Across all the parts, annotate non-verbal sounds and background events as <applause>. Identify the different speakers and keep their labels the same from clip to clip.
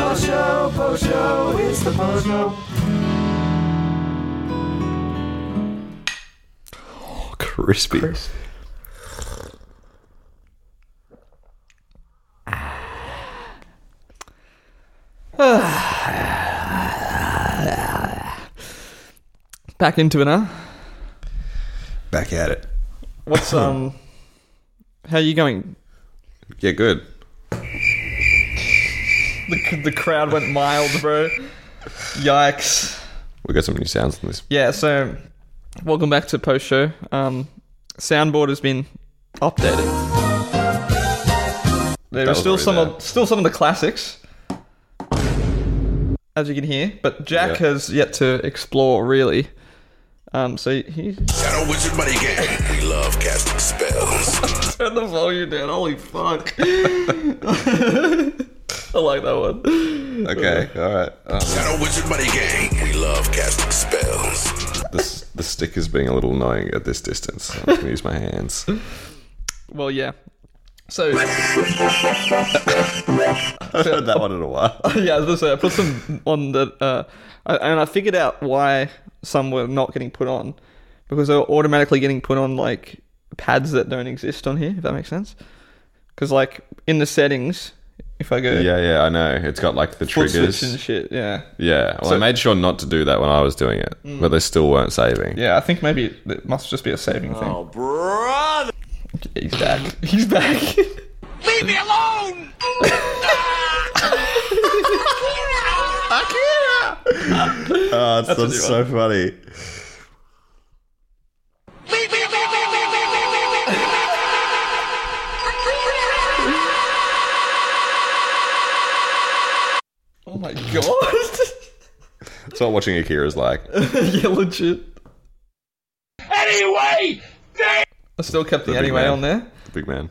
Speaker 1: show, po show, it's the po show.
Speaker 2: Crispy.
Speaker 3: Back into it, huh?
Speaker 2: Back at it.
Speaker 3: What's um? How you going?
Speaker 2: Yeah, good.
Speaker 3: The the crowd went mild, bro. Yikes.
Speaker 2: We got some new sounds in this.
Speaker 3: Yeah. So, welcome back to post show. Um, soundboard has been updated. There are
Speaker 2: was
Speaker 3: still
Speaker 2: already
Speaker 3: some
Speaker 2: there.
Speaker 3: of, still some of the classics, as you can hear. But Jack
Speaker 2: Yeah.
Speaker 3: has yet to explore really. Um, so he
Speaker 4: Got a wizard money game. We love casting spells.
Speaker 3: Turn the volume down. Holy <laughs> fuck. I like that one.
Speaker 2: Okay, all right. Um,
Speaker 4: Got a wizard money game. We love casting spells.
Speaker 2: this, the stick is being a little annoying at this distance. I'm just gonna use my <laughs> hands.
Speaker 3: Well, yeah. So, yeah,
Speaker 2: I haven't heard that one in a while.
Speaker 3: <laughs> I was gonna say, I put some on the. Uh, I, and I figured out why some were not getting put on. Because they were automatically getting put on, like, pads that don't exist on here, if that makes sense. Because, like, in the settings, if I go.
Speaker 2: Yeah, yeah, I know. It's got like the
Speaker 3: foot switch and
Speaker 2: triggers.
Speaker 3: shit, yeah.
Speaker 2: Yeah. Well, I made sure not to do that when I was doing it, but they still weren't saving.
Speaker 3: Yeah, I think maybe it, it must just be a saving thing.
Speaker 1: Oh, brother.
Speaker 3: He's back. <laughs> He's back.
Speaker 4: Leave me alone!
Speaker 2: Oh, that's, so funny.
Speaker 3: oh my god. <laughs>
Speaker 2: That's what watching Akira's like.
Speaker 3: yeah, legit.
Speaker 4: Anyway!
Speaker 3: I still kept the,
Speaker 2: The big
Speaker 3: anyway
Speaker 2: man.
Speaker 3: on there.
Speaker 2: Big man.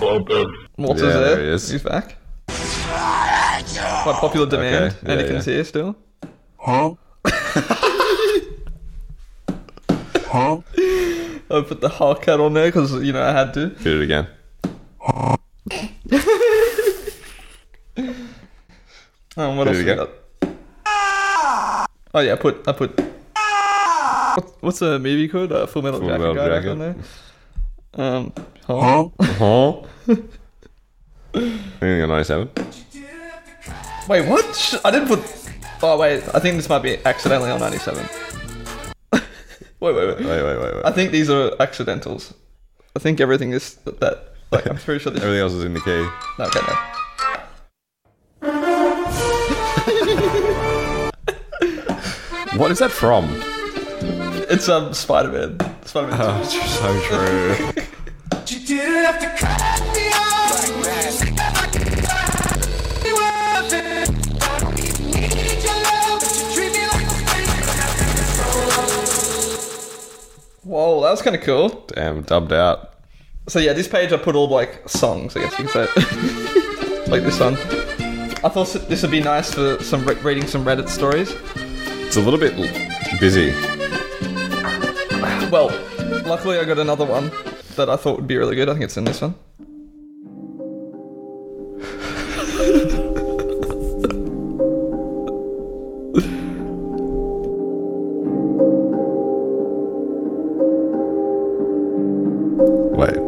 Speaker 3: Mortar's
Speaker 2: Yeah,
Speaker 3: there.
Speaker 2: there he is.
Speaker 3: He's back. By popular demand.
Speaker 2: yeah,
Speaker 3: Anakin's
Speaker 2: yeah.
Speaker 3: here still.
Speaker 4: Huh? huh?
Speaker 3: I put the Hulk hat on there because, you know, I had to.
Speaker 2: Did it again.
Speaker 3: Um, what
Speaker 2: There
Speaker 3: else
Speaker 2: you
Speaker 3: we
Speaker 2: go.
Speaker 3: got? Oh, yeah, I put. I put. What- What's the movie called? Uh, Full Metal
Speaker 2: Full
Speaker 3: Jacket
Speaker 2: Metal
Speaker 3: guy back
Speaker 2: Jacket.
Speaker 3: on there. Um,
Speaker 4: Huh?
Speaker 2: Huh? <laughs> Anything on 97?
Speaker 3: Wait, what? Sh- I didn't put. Oh, wait, I think this might be accidentally on 97. <laughs> wait, wait, wait.
Speaker 2: Wait, wait, wait, wait.
Speaker 3: I think these are accidentals. I think everything is that. Like, I'm pretty sure
Speaker 2: <laughs>
Speaker 3: this.
Speaker 2: Everything else is in the key.
Speaker 3: No, okay, no.
Speaker 2: What is that from?
Speaker 3: It's um Spider Man. Spider Man.
Speaker 2: Oh, it's so true.
Speaker 1: You didn't have to cut me off. You were there. I don't even need your love, but you treat me like a baby.
Speaker 3: Whoa, that was kind of cool.
Speaker 2: <laughs> Damn, dubbed out.
Speaker 3: So yeah, this page I put all like songs. I guess you can say, <laughs> like this one. I thought s- this would be nice for some re- reading some Reddit stories.
Speaker 2: It's a little bit l- busy.
Speaker 3: Well, luckily I got another one that I thought would be really good. I think it's in this one.
Speaker 2: Wait.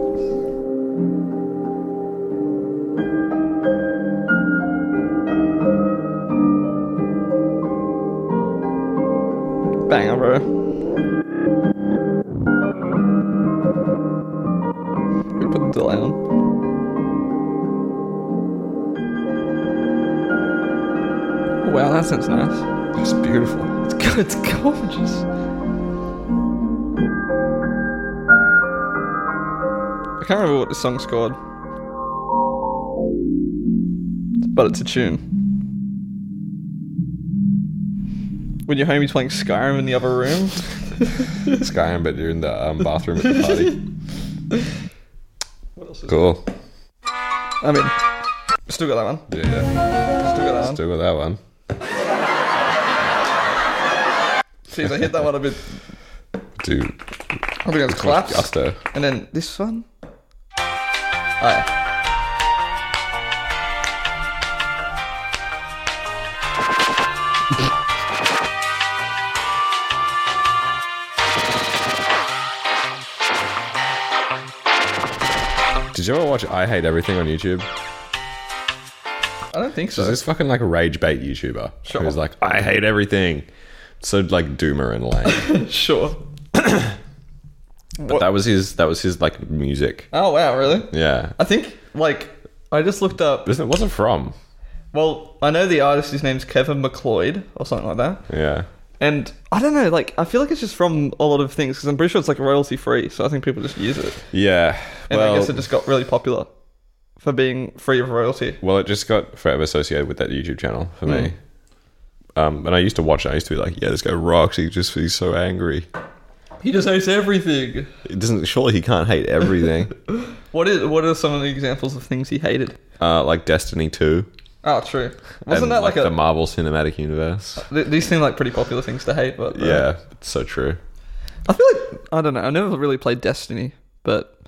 Speaker 3: Banger, bro. We put the delay on. Oh, Wow, that sounds nice.
Speaker 2: It's beautiful.
Speaker 3: It's <laughs> good. It's gorgeous. I can't remember what the song's called, but it's a tune. When your homie's playing Skyrim in the other room.
Speaker 2: Skyrim, but you're in the um, bathroom at the <laughs> party. Cool.
Speaker 3: I mean, still got that one.
Speaker 2: Yeah.
Speaker 3: Still got that
Speaker 2: Still got
Speaker 3: one.
Speaker 2: that one.
Speaker 3: Jeez, I hit that one a bit.
Speaker 2: Dude,
Speaker 3: I think I was claps.
Speaker 2: gusto.
Speaker 3: And then this one. Oh, yeah.
Speaker 2: Did you ever watch I Hate Everything on YouTube?
Speaker 3: I don't think
Speaker 2: There's
Speaker 3: so.
Speaker 2: this fucking like rage bait YouTuber
Speaker 3: Sure.
Speaker 2: who's like, I hate everything. So like doomer and lame.
Speaker 3: <laughs> Sure.
Speaker 2: but that was his that was his like music.
Speaker 3: Oh wow, really?
Speaker 2: Yeah.
Speaker 3: I think like I just looked up.
Speaker 2: It wasn't from.
Speaker 3: Well, I know the artist. His name's Kevin McLeod or something like that.
Speaker 2: Yeah.
Speaker 3: And I don't know. Like I feel like it's just from a lot of things because I'm pretty sure it's like royalty free. So I think people just use it.
Speaker 2: Yeah.
Speaker 3: And
Speaker 2: well,
Speaker 3: I guess it just got really popular for being free of royalty.
Speaker 2: well, it just got forever associated with that YouTube channel for me.
Speaker 3: Hmm.
Speaker 2: Um, and I used to watch it. I used to be like, yeah, this guy rocks. He just he's so angry.
Speaker 3: He just hates everything.
Speaker 2: It doesn't. Surely he can't hate
Speaker 3: <laughs>
Speaker 2: everything.
Speaker 3: What is? What are some of the examples of things he hated?
Speaker 2: uh, like Destiny Two.
Speaker 3: Oh, true. Wasn't
Speaker 2: and,
Speaker 3: that like,
Speaker 2: the
Speaker 3: a? Uh,
Speaker 2: Marvel Cinematic Universe?
Speaker 3: th- these seem like pretty popular things to hate, but uh,
Speaker 2: Yeah, it's so true.
Speaker 3: I feel like I don't know. I never really played Destiny, but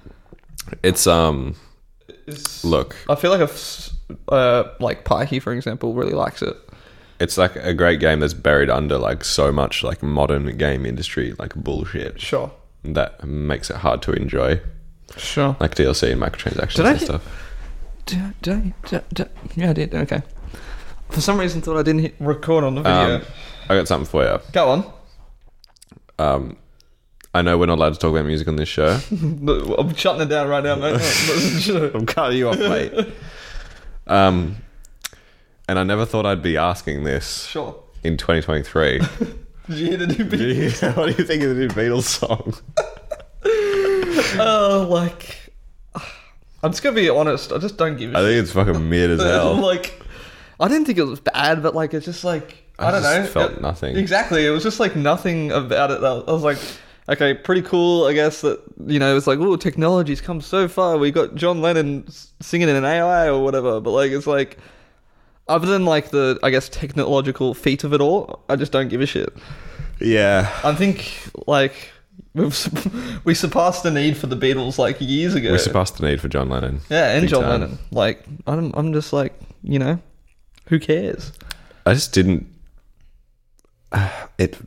Speaker 2: It's um.
Speaker 3: it's,
Speaker 2: Look,
Speaker 3: I feel like if s- uh, like Pikey, for example, really likes it.
Speaker 2: it's like a great game that's buried under like so much like modern game industry like bullshit
Speaker 3: Sure,
Speaker 2: that makes it hard to enjoy,
Speaker 3: sure.
Speaker 2: like DLC and microtransactions
Speaker 3: I
Speaker 2: and
Speaker 3: hit-
Speaker 2: stuff.
Speaker 3: Did I- did I- did I- did I- yeah, I did. Okay. For some reason, thought I didn't hit record on the
Speaker 2: Um,
Speaker 3: video.
Speaker 2: I got something for you.
Speaker 3: Go on.
Speaker 2: I know we're not allowed to talk about music on this <laughs> show.
Speaker 3: Look, I'm shutting it down right now, mate. <laughs> Sure.
Speaker 2: I'm cutting you off, mate. um, and I never thought I'd be asking this
Speaker 3: sure.
Speaker 2: in 2023.
Speaker 3: Did you hear the new beat?
Speaker 2: <laughs> Yeah, what do you think of the new Beatles song?
Speaker 3: Oh, like I'm just gonna be honest. I just don't give a
Speaker 2: I
Speaker 3: shit.
Speaker 2: think it's fucking weird as <laughs> hell.
Speaker 3: <laughs> like I didn't think it was bad, but like it's just like I,
Speaker 2: I
Speaker 3: don't
Speaker 2: just
Speaker 3: know.
Speaker 2: felt
Speaker 3: It-
Speaker 2: nothing.
Speaker 3: Exactly. It was just like nothing about it. That I was like, okay, pretty cool. I guess that you know it's like, oh, technology's come so far. We got John Lennon s- singing in an AI or whatever. But like it's like. Other than like the, I guess technological feat of it all, I just don't give a shit.
Speaker 2: Yeah.
Speaker 3: I think like we've <laughs> su- we surpassed the need for the Beatles like years ago.
Speaker 2: We surpassed the need for John Lennon.
Speaker 3: Yeah, and
Speaker 2: Big
Speaker 3: John
Speaker 2: time.
Speaker 3: Lennon. Like, I'm, I'm just like, you know, who cares?
Speaker 2: I just didn't. <sighs> It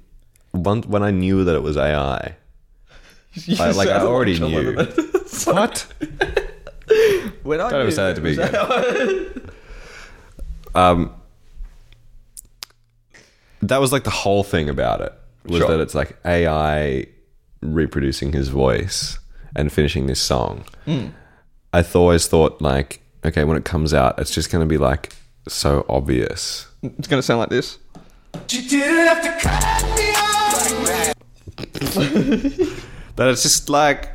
Speaker 2: once when I knew that it was AI.
Speaker 3: <laughs> You
Speaker 2: I- like, I
Speaker 3: sound
Speaker 2: already
Speaker 3: John
Speaker 2: knew.
Speaker 3: Lennon.
Speaker 2: <laughs> What?
Speaker 3: <laughs> when I
Speaker 2: Don't ever
Speaker 3: knew-
Speaker 2: say that to me again. um, that was like the whole thing about it was
Speaker 3: Sure.
Speaker 2: that it's like AI reproducing his voice and finishing this song. I th- always thought like, okay, when it comes out, it's just going to be like so obvious.
Speaker 3: It's going to sound like this.
Speaker 1: She didn't have to cut me off like that.
Speaker 2: that it's just like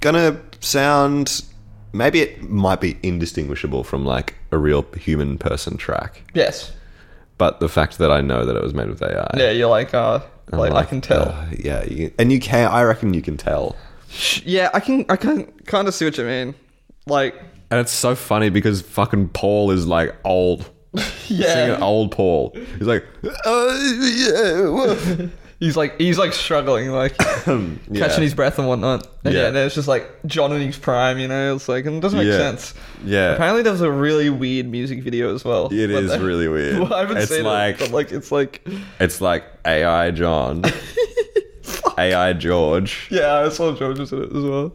Speaker 2: gonna sound maybe it might be indistinguishable from like a real human person track
Speaker 3: Yes.
Speaker 2: but the fact that i know that it was made with ai
Speaker 3: Yeah, you're like, uh, like, I can tell.
Speaker 2: uh, yeah you, and you can i reckon you can tell
Speaker 3: Yeah, I can, I can kind of see what you mean. Like,
Speaker 2: and it's so funny because fucking paul is like old Singing
Speaker 3: yeah,
Speaker 2: old paul he's like "Oh, yeah, woof."
Speaker 3: he's like, he's like struggling, like
Speaker 2: <laughs> Yeah.
Speaker 3: catching his breath and whatnot. And yeah.
Speaker 2: Yeah.
Speaker 3: and then it's just like John in his prime, you know. It's like, and it doesn't make
Speaker 2: Yeah.
Speaker 3: sense.
Speaker 2: yeah
Speaker 3: Apparently, there was a really weird music video as well.
Speaker 2: <laughs> it
Speaker 3: But
Speaker 2: is
Speaker 3: they-
Speaker 2: really weird
Speaker 3: <laughs> Well, I haven't
Speaker 2: it's
Speaker 3: seen
Speaker 2: like
Speaker 3: it, but like, it's like.
Speaker 2: it's like ai
Speaker 3: <laughs>
Speaker 2: john ai george
Speaker 3: Yeah, I saw George was in it as well.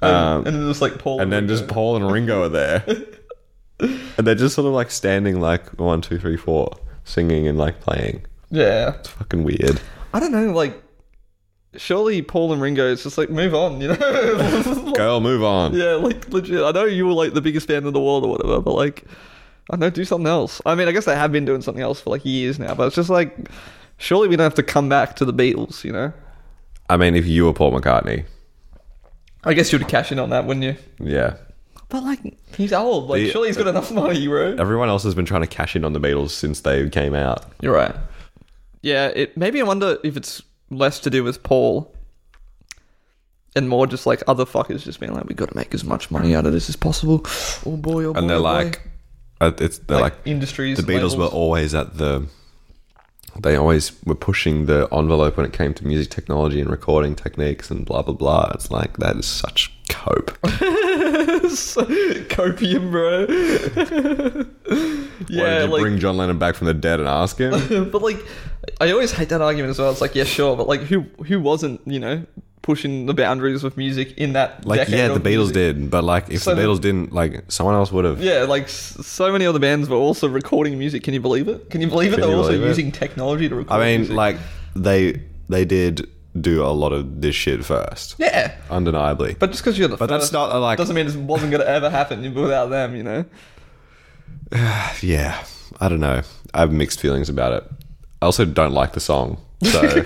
Speaker 3: And,
Speaker 2: Um,
Speaker 3: and then just like Paul.
Speaker 2: and then just Paul and Ringo are there, and they're just sort of like standing like one, two, three, four, singing and like playing.
Speaker 3: Yeah.
Speaker 2: It's fucking weird.
Speaker 3: I don't know, like, surely Paul and Ringo is just like, move on, you know? <laughs>
Speaker 2: Girl, move on.
Speaker 3: yeah, like, legit. I know you were like the biggest band in the world or whatever, but like, I don't know, do something else. I mean, I guess they have been doing something else for like years now, but it's just like, surely we don't have to come back to the Beatles, you know?
Speaker 2: I mean, if you were Paul McCartney,
Speaker 3: I guess you'd cash in on that, wouldn't you?
Speaker 2: yeah.
Speaker 3: But like, he's old. Like,
Speaker 2: The-
Speaker 3: surely he's got enough money, bro.
Speaker 2: Everyone else has been trying to cash in on the Beatles since they came out.
Speaker 3: You're right. Yeah, it maybe I wonder if it's less to do with Paul and more just like other fuckers just being like, we got to make as much money out of this as possible. Oh boy, oh boy.
Speaker 2: And they're
Speaker 3: oh boy.
Speaker 2: like, uh, it's they're like,
Speaker 3: like, industries.
Speaker 2: the Beatles
Speaker 3: labels.
Speaker 2: were always at the. They always were pushing the envelope when it came to music technology and recording techniques and blah blah blah. It's like that is such cope.
Speaker 3: <laughs> copium, bro.
Speaker 2: <laughs> Why
Speaker 3: yeah,
Speaker 2: did you
Speaker 3: like, <laughs>
Speaker 2: bring John Lennon back from the dead and ask him?
Speaker 3: but like, I always hate that argument as well. It's like, yeah, sure, but like, who who wasn't you know pushing the boundaries of music in that.
Speaker 2: Like
Speaker 3: decade
Speaker 2: yeah, the Beatles
Speaker 3: of music.
Speaker 2: did, but like if
Speaker 3: So
Speaker 2: the
Speaker 3: the-
Speaker 2: Beatles didn't, like someone else would have.
Speaker 3: Yeah, like s- so many other bands were also recording music. Can you believe it? Can you believe it?
Speaker 2: Can
Speaker 3: They're
Speaker 2: you
Speaker 3: also
Speaker 2: believe it?
Speaker 3: using technology to record.
Speaker 2: I mean,
Speaker 3: music.
Speaker 2: like they they did do a lot of this shit first,
Speaker 3: yeah.
Speaker 2: undeniably.
Speaker 3: But just because you're the
Speaker 2: But that's
Speaker 3: first
Speaker 2: not, uh, like-
Speaker 3: doesn't mean it wasn't going to ever happen without them. You know,
Speaker 2: yeah, I don't know. I have mixed feelings about it. I also don't like the song.
Speaker 3: <laughs>
Speaker 2: So,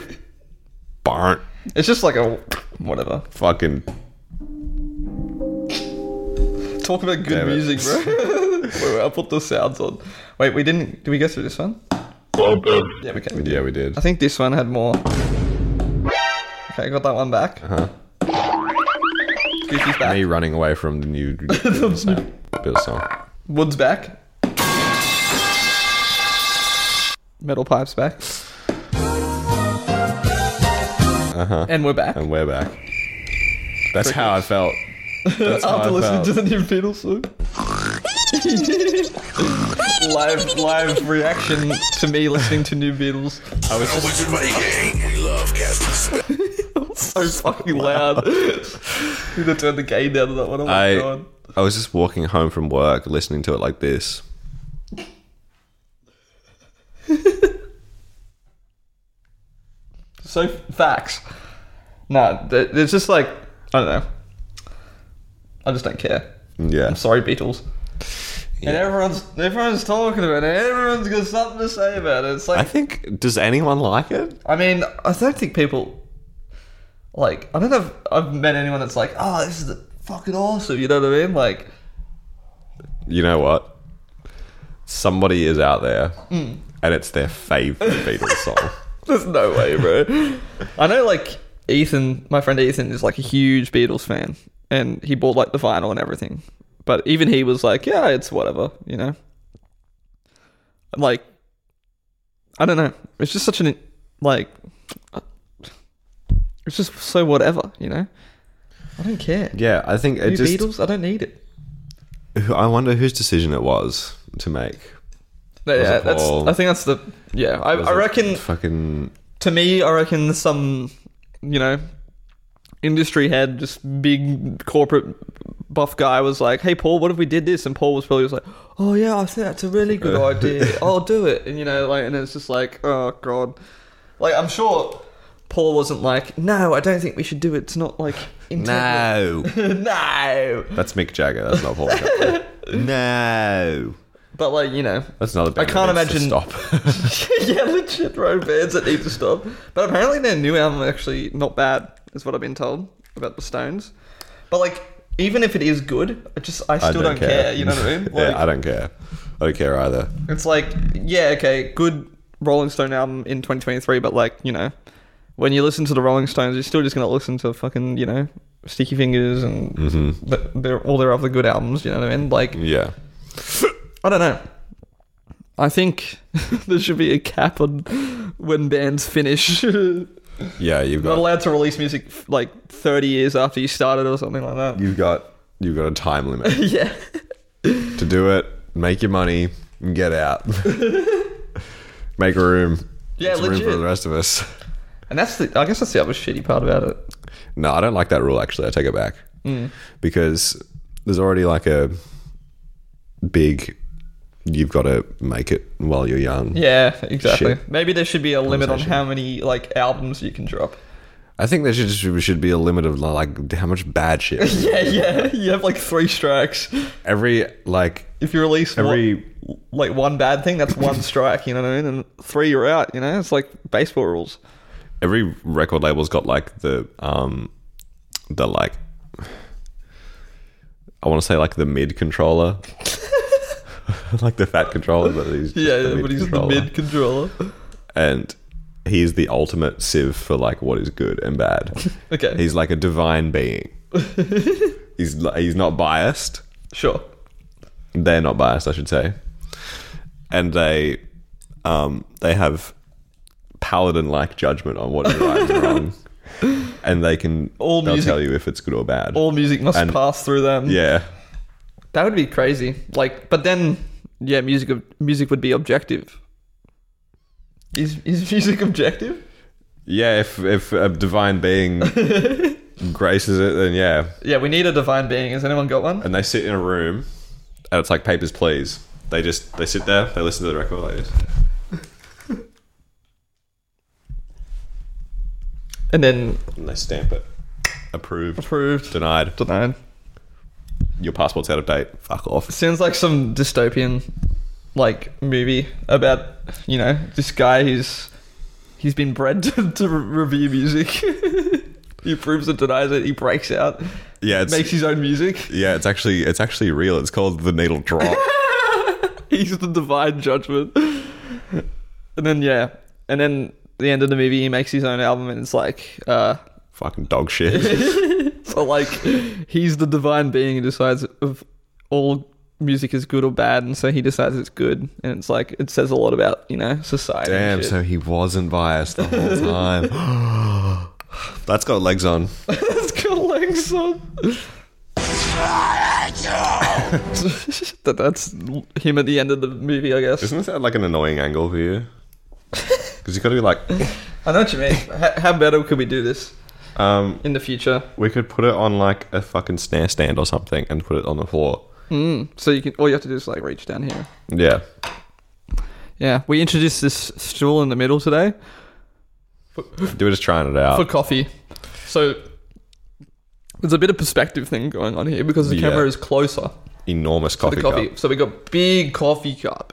Speaker 2: barn
Speaker 3: it's just like a whatever.
Speaker 2: fucking
Speaker 3: Talk about good
Speaker 2: Damn it.
Speaker 3: music, bro. <laughs> Wait, wait, I'll put the sounds on. Wait, we didn't. Did we go through this one? Yeah, we can. We did.
Speaker 2: yeah, we did.
Speaker 3: I think this one had more. Okay, I got that one back. Uh-huh. Goofy's back.
Speaker 2: Me running away from the
Speaker 3: <laughs>
Speaker 2: new Beatles song.
Speaker 3: Wood's back. Metal pipes back. And we're back.
Speaker 2: Uh-huh. And we're back. That's how I felt. That's how I
Speaker 3: <laughs> After
Speaker 2: felt.
Speaker 3: listening to the new Beatles song. live, live reaction to me listening to new Beatles.
Speaker 2: I was just-
Speaker 4: What you making? We love casting spells.
Speaker 3: So fucking loud. <laughs> Need to turn the gain down to that one. Oh my
Speaker 2: I
Speaker 3: god.
Speaker 2: I was just walking home from work, listening to it like this.
Speaker 3: So facts. Nah, th- there's just like I don't know. I just don't care.
Speaker 2: Yeah,
Speaker 3: I'm sorry, Beatles. And
Speaker 2: Yeah.
Speaker 3: everyone's everyone's talking about it. Everyone's got something to say about it. It's
Speaker 2: I
Speaker 3: like
Speaker 2: think. Does anyone like it?
Speaker 3: I mean, I don't think people like I don't know if I've met anyone that's like, oh, this is the fucking awesome. You know what I mean? Like,
Speaker 2: You know what? Somebody is out there,
Speaker 3: Hmm.
Speaker 2: and it's their
Speaker 3: <laughs>
Speaker 2: favorite Beatles song.
Speaker 3: there's no way, bro. <laughs> I know, like Ethan, my friend Ethan is like a huge Beatles fan, and he bought like the vinyl and everything. But even he was like, yeah, it's whatever, you know. Like, I don't know. It's just such an like. It's just so whatever, you know. I don't care.
Speaker 2: Yeah, I think it
Speaker 3: New
Speaker 2: just.
Speaker 3: Beatles, I don't need it.
Speaker 2: I wonder whose decision it was to make.
Speaker 3: No, yeah,
Speaker 2: it
Speaker 3: that's.
Speaker 2: Paul?
Speaker 3: I think that's the. Yeah, I,
Speaker 2: Was
Speaker 3: I
Speaker 2: it
Speaker 3: reckon.
Speaker 2: Fucking.
Speaker 3: To me, I reckon some, you know, industry head, just big corporate buff guy was like, "Hey, Paul, what if we did this?" And Paul was probably just like, "Oh yeah, I think that's a really good idea. I'll do it." And you know, like, and it's just like, oh god, like I'm sure Paul wasn't like, "No, I don't think we should do it. It's not like integral." <laughs>
Speaker 2: No.
Speaker 3: no."
Speaker 2: That's Mick Jagger. That's not Paul
Speaker 3: <laughs>
Speaker 2: McCartney. no.
Speaker 3: But like, you know,
Speaker 2: That's another band.
Speaker 3: I can't
Speaker 2: that needs to
Speaker 3: <laughs>
Speaker 2: Stop.
Speaker 3: yeah, legit road bands that need to stop. But apparently their new album actually not bad, is what I've been told about the Stones. But like, even if it is good, I just I still
Speaker 2: I
Speaker 3: don't, care. You know what <laughs> I mean? Like,
Speaker 2: yeah, I don't care. I don't care either.
Speaker 3: It's like, yeah, okay, good Rolling Stone album in 2023, but like, you know, when you listen to the Rolling Stones, you're still just gonna listen to fucking, you know, Sticky Fingers and th- their, all their other good albums. You know what I mean? Like,
Speaker 2: Yeah.
Speaker 3: I don't know. I think <laughs> there should be a cap on when bands finish. <laughs> Not
Speaker 2: Yeah, you've got
Speaker 3: allowed to release music f- like 30 years after you started or something like that.
Speaker 2: you've got you've got a time limit
Speaker 3: <laughs> yeah.
Speaker 2: to do it. Make your money and get
Speaker 3: <laughs>
Speaker 2: out. make room.
Speaker 3: Yeah,
Speaker 2: Make some room for
Speaker 3: legit.
Speaker 2: the rest of us.
Speaker 3: And that's the, I guess that's the other shitty part about it.
Speaker 2: No, I don't like that rule. Actually, I take it back
Speaker 3: Mm.
Speaker 2: because there's already like a big. You've got to make it while you're young.
Speaker 3: Yeah, exactly.
Speaker 2: Shit.
Speaker 3: Maybe there should be a limit on
Speaker 2: Conversation.
Speaker 3: how many like albums you can drop.
Speaker 2: I think there should just, should be a limit of like how much bad
Speaker 3: <laughs>
Speaker 2: shit
Speaker 3: <laughs> Yeah, yeah. You have like three strikes.
Speaker 2: every like
Speaker 3: If you release
Speaker 2: Every-
Speaker 3: one, like one bad thing, that's one strike. You know what I mean? And three, you're out. You know, it's like baseball rules.
Speaker 2: every record label's got like the um the like I want to say like the mid controller, <laughs> like the fat controller, but he's just
Speaker 3: Yeah,
Speaker 2: the
Speaker 3: yeah
Speaker 2: mid
Speaker 3: but he's the
Speaker 2: controller.
Speaker 3: mid controller.
Speaker 2: and he's the ultimate sieve for like what is good and bad.
Speaker 3: <laughs> Okay.
Speaker 2: he's like a divine
Speaker 3: <laughs>
Speaker 2: being. he's li- he's not biased.
Speaker 3: Sure.
Speaker 2: they're not biased, I should say, and they um, they have paladin like judgment on what is right
Speaker 3: <laughs>
Speaker 2: and wrong, and they can
Speaker 3: All
Speaker 2: they'll
Speaker 3: music-
Speaker 2: tell you if it's good or bad.
Speaker 3: All music must
Speaker 2: And-
Speaker 3: pass through them.
Speaker 2: yeah,
Speaker 3: That would be crazy. Like, but then, yeah, music <laughs> music would be objective. Is is music objective?
Speaker 2: Yeah, if if a divine
Speaker 3: <laughs>
Speaker 2: being graces it, then yeah.
Speaker 3: Yeah, we need a divine being. Has anyone got one?
Speaker 2: And they sit in a room, and it's like papers, please. They just they sit there, they listen to the record, they just
Speaker 3: And then
Speaker 2: and they stamp it. Approved,
Speaker 3: approved.
Speaker 2: denied.
Speaker 3: Denied.
Speaker 2: Your passport's out of date. Fuck off.
Speaker 3: Sounds like some dystopian, like movie about you know this guy who's he's been bred <laughs> to, to re- review music. <laughs> he proves it, denies it. He breaks out,
Speaker 2: Yeah, it's
Speaker 3: makes his own music.
Speaker 2: yeah, it's actually it's actually real. It's called the needle drop.
Speaker 3: <laughs> He's the divine judgment. And then yeah, and then the end of the movie, he makes his own album, and it's like. uh <laughs>
Speaker 2: Fucking dog shit.
Speaker 3: So like, he's the divine being who decides if all music is good or bad, and so he decides it's good, and it's like it says a lot about you know society. and
Speaker 2: Damn,
Speaker 3: shit.
Speaker 2: so he wasn't biased the whole time. That's got legs on.
Speaker 3: <laughs> it's got legs on. <laughs> that, that's him at the end of the movie, I guess.
Speaker 2: Isn't that like an annoying angle for
Speaker 3: <laughs>
Speaker 2: you? Because you got to be like,
Speaker 3: I know what you mean. How, how better could we do this
Speaker 2: um,
Speaker 3: in the future?
Speaker 2: we could put it on like a fucking snare stand or something and put it on the floor.
Speaker 3: So you can all you have to do is like reach down here.
Speaker 2: Yeah.
Speaker 3: Yeah, we introduced this stool in the middle today
Speaker 2: They were just trying it out.
Speaker 3: for coffee. So there's a bit of perspective thing going on here because the
Speaker 2: Yeah.
Speaker 3: camera is closer.
Speaker 2: Enormous coffee,
Speaker 3: the coffee.
Speaker 2: cup.
Speaker 3: So we got big coffee cup,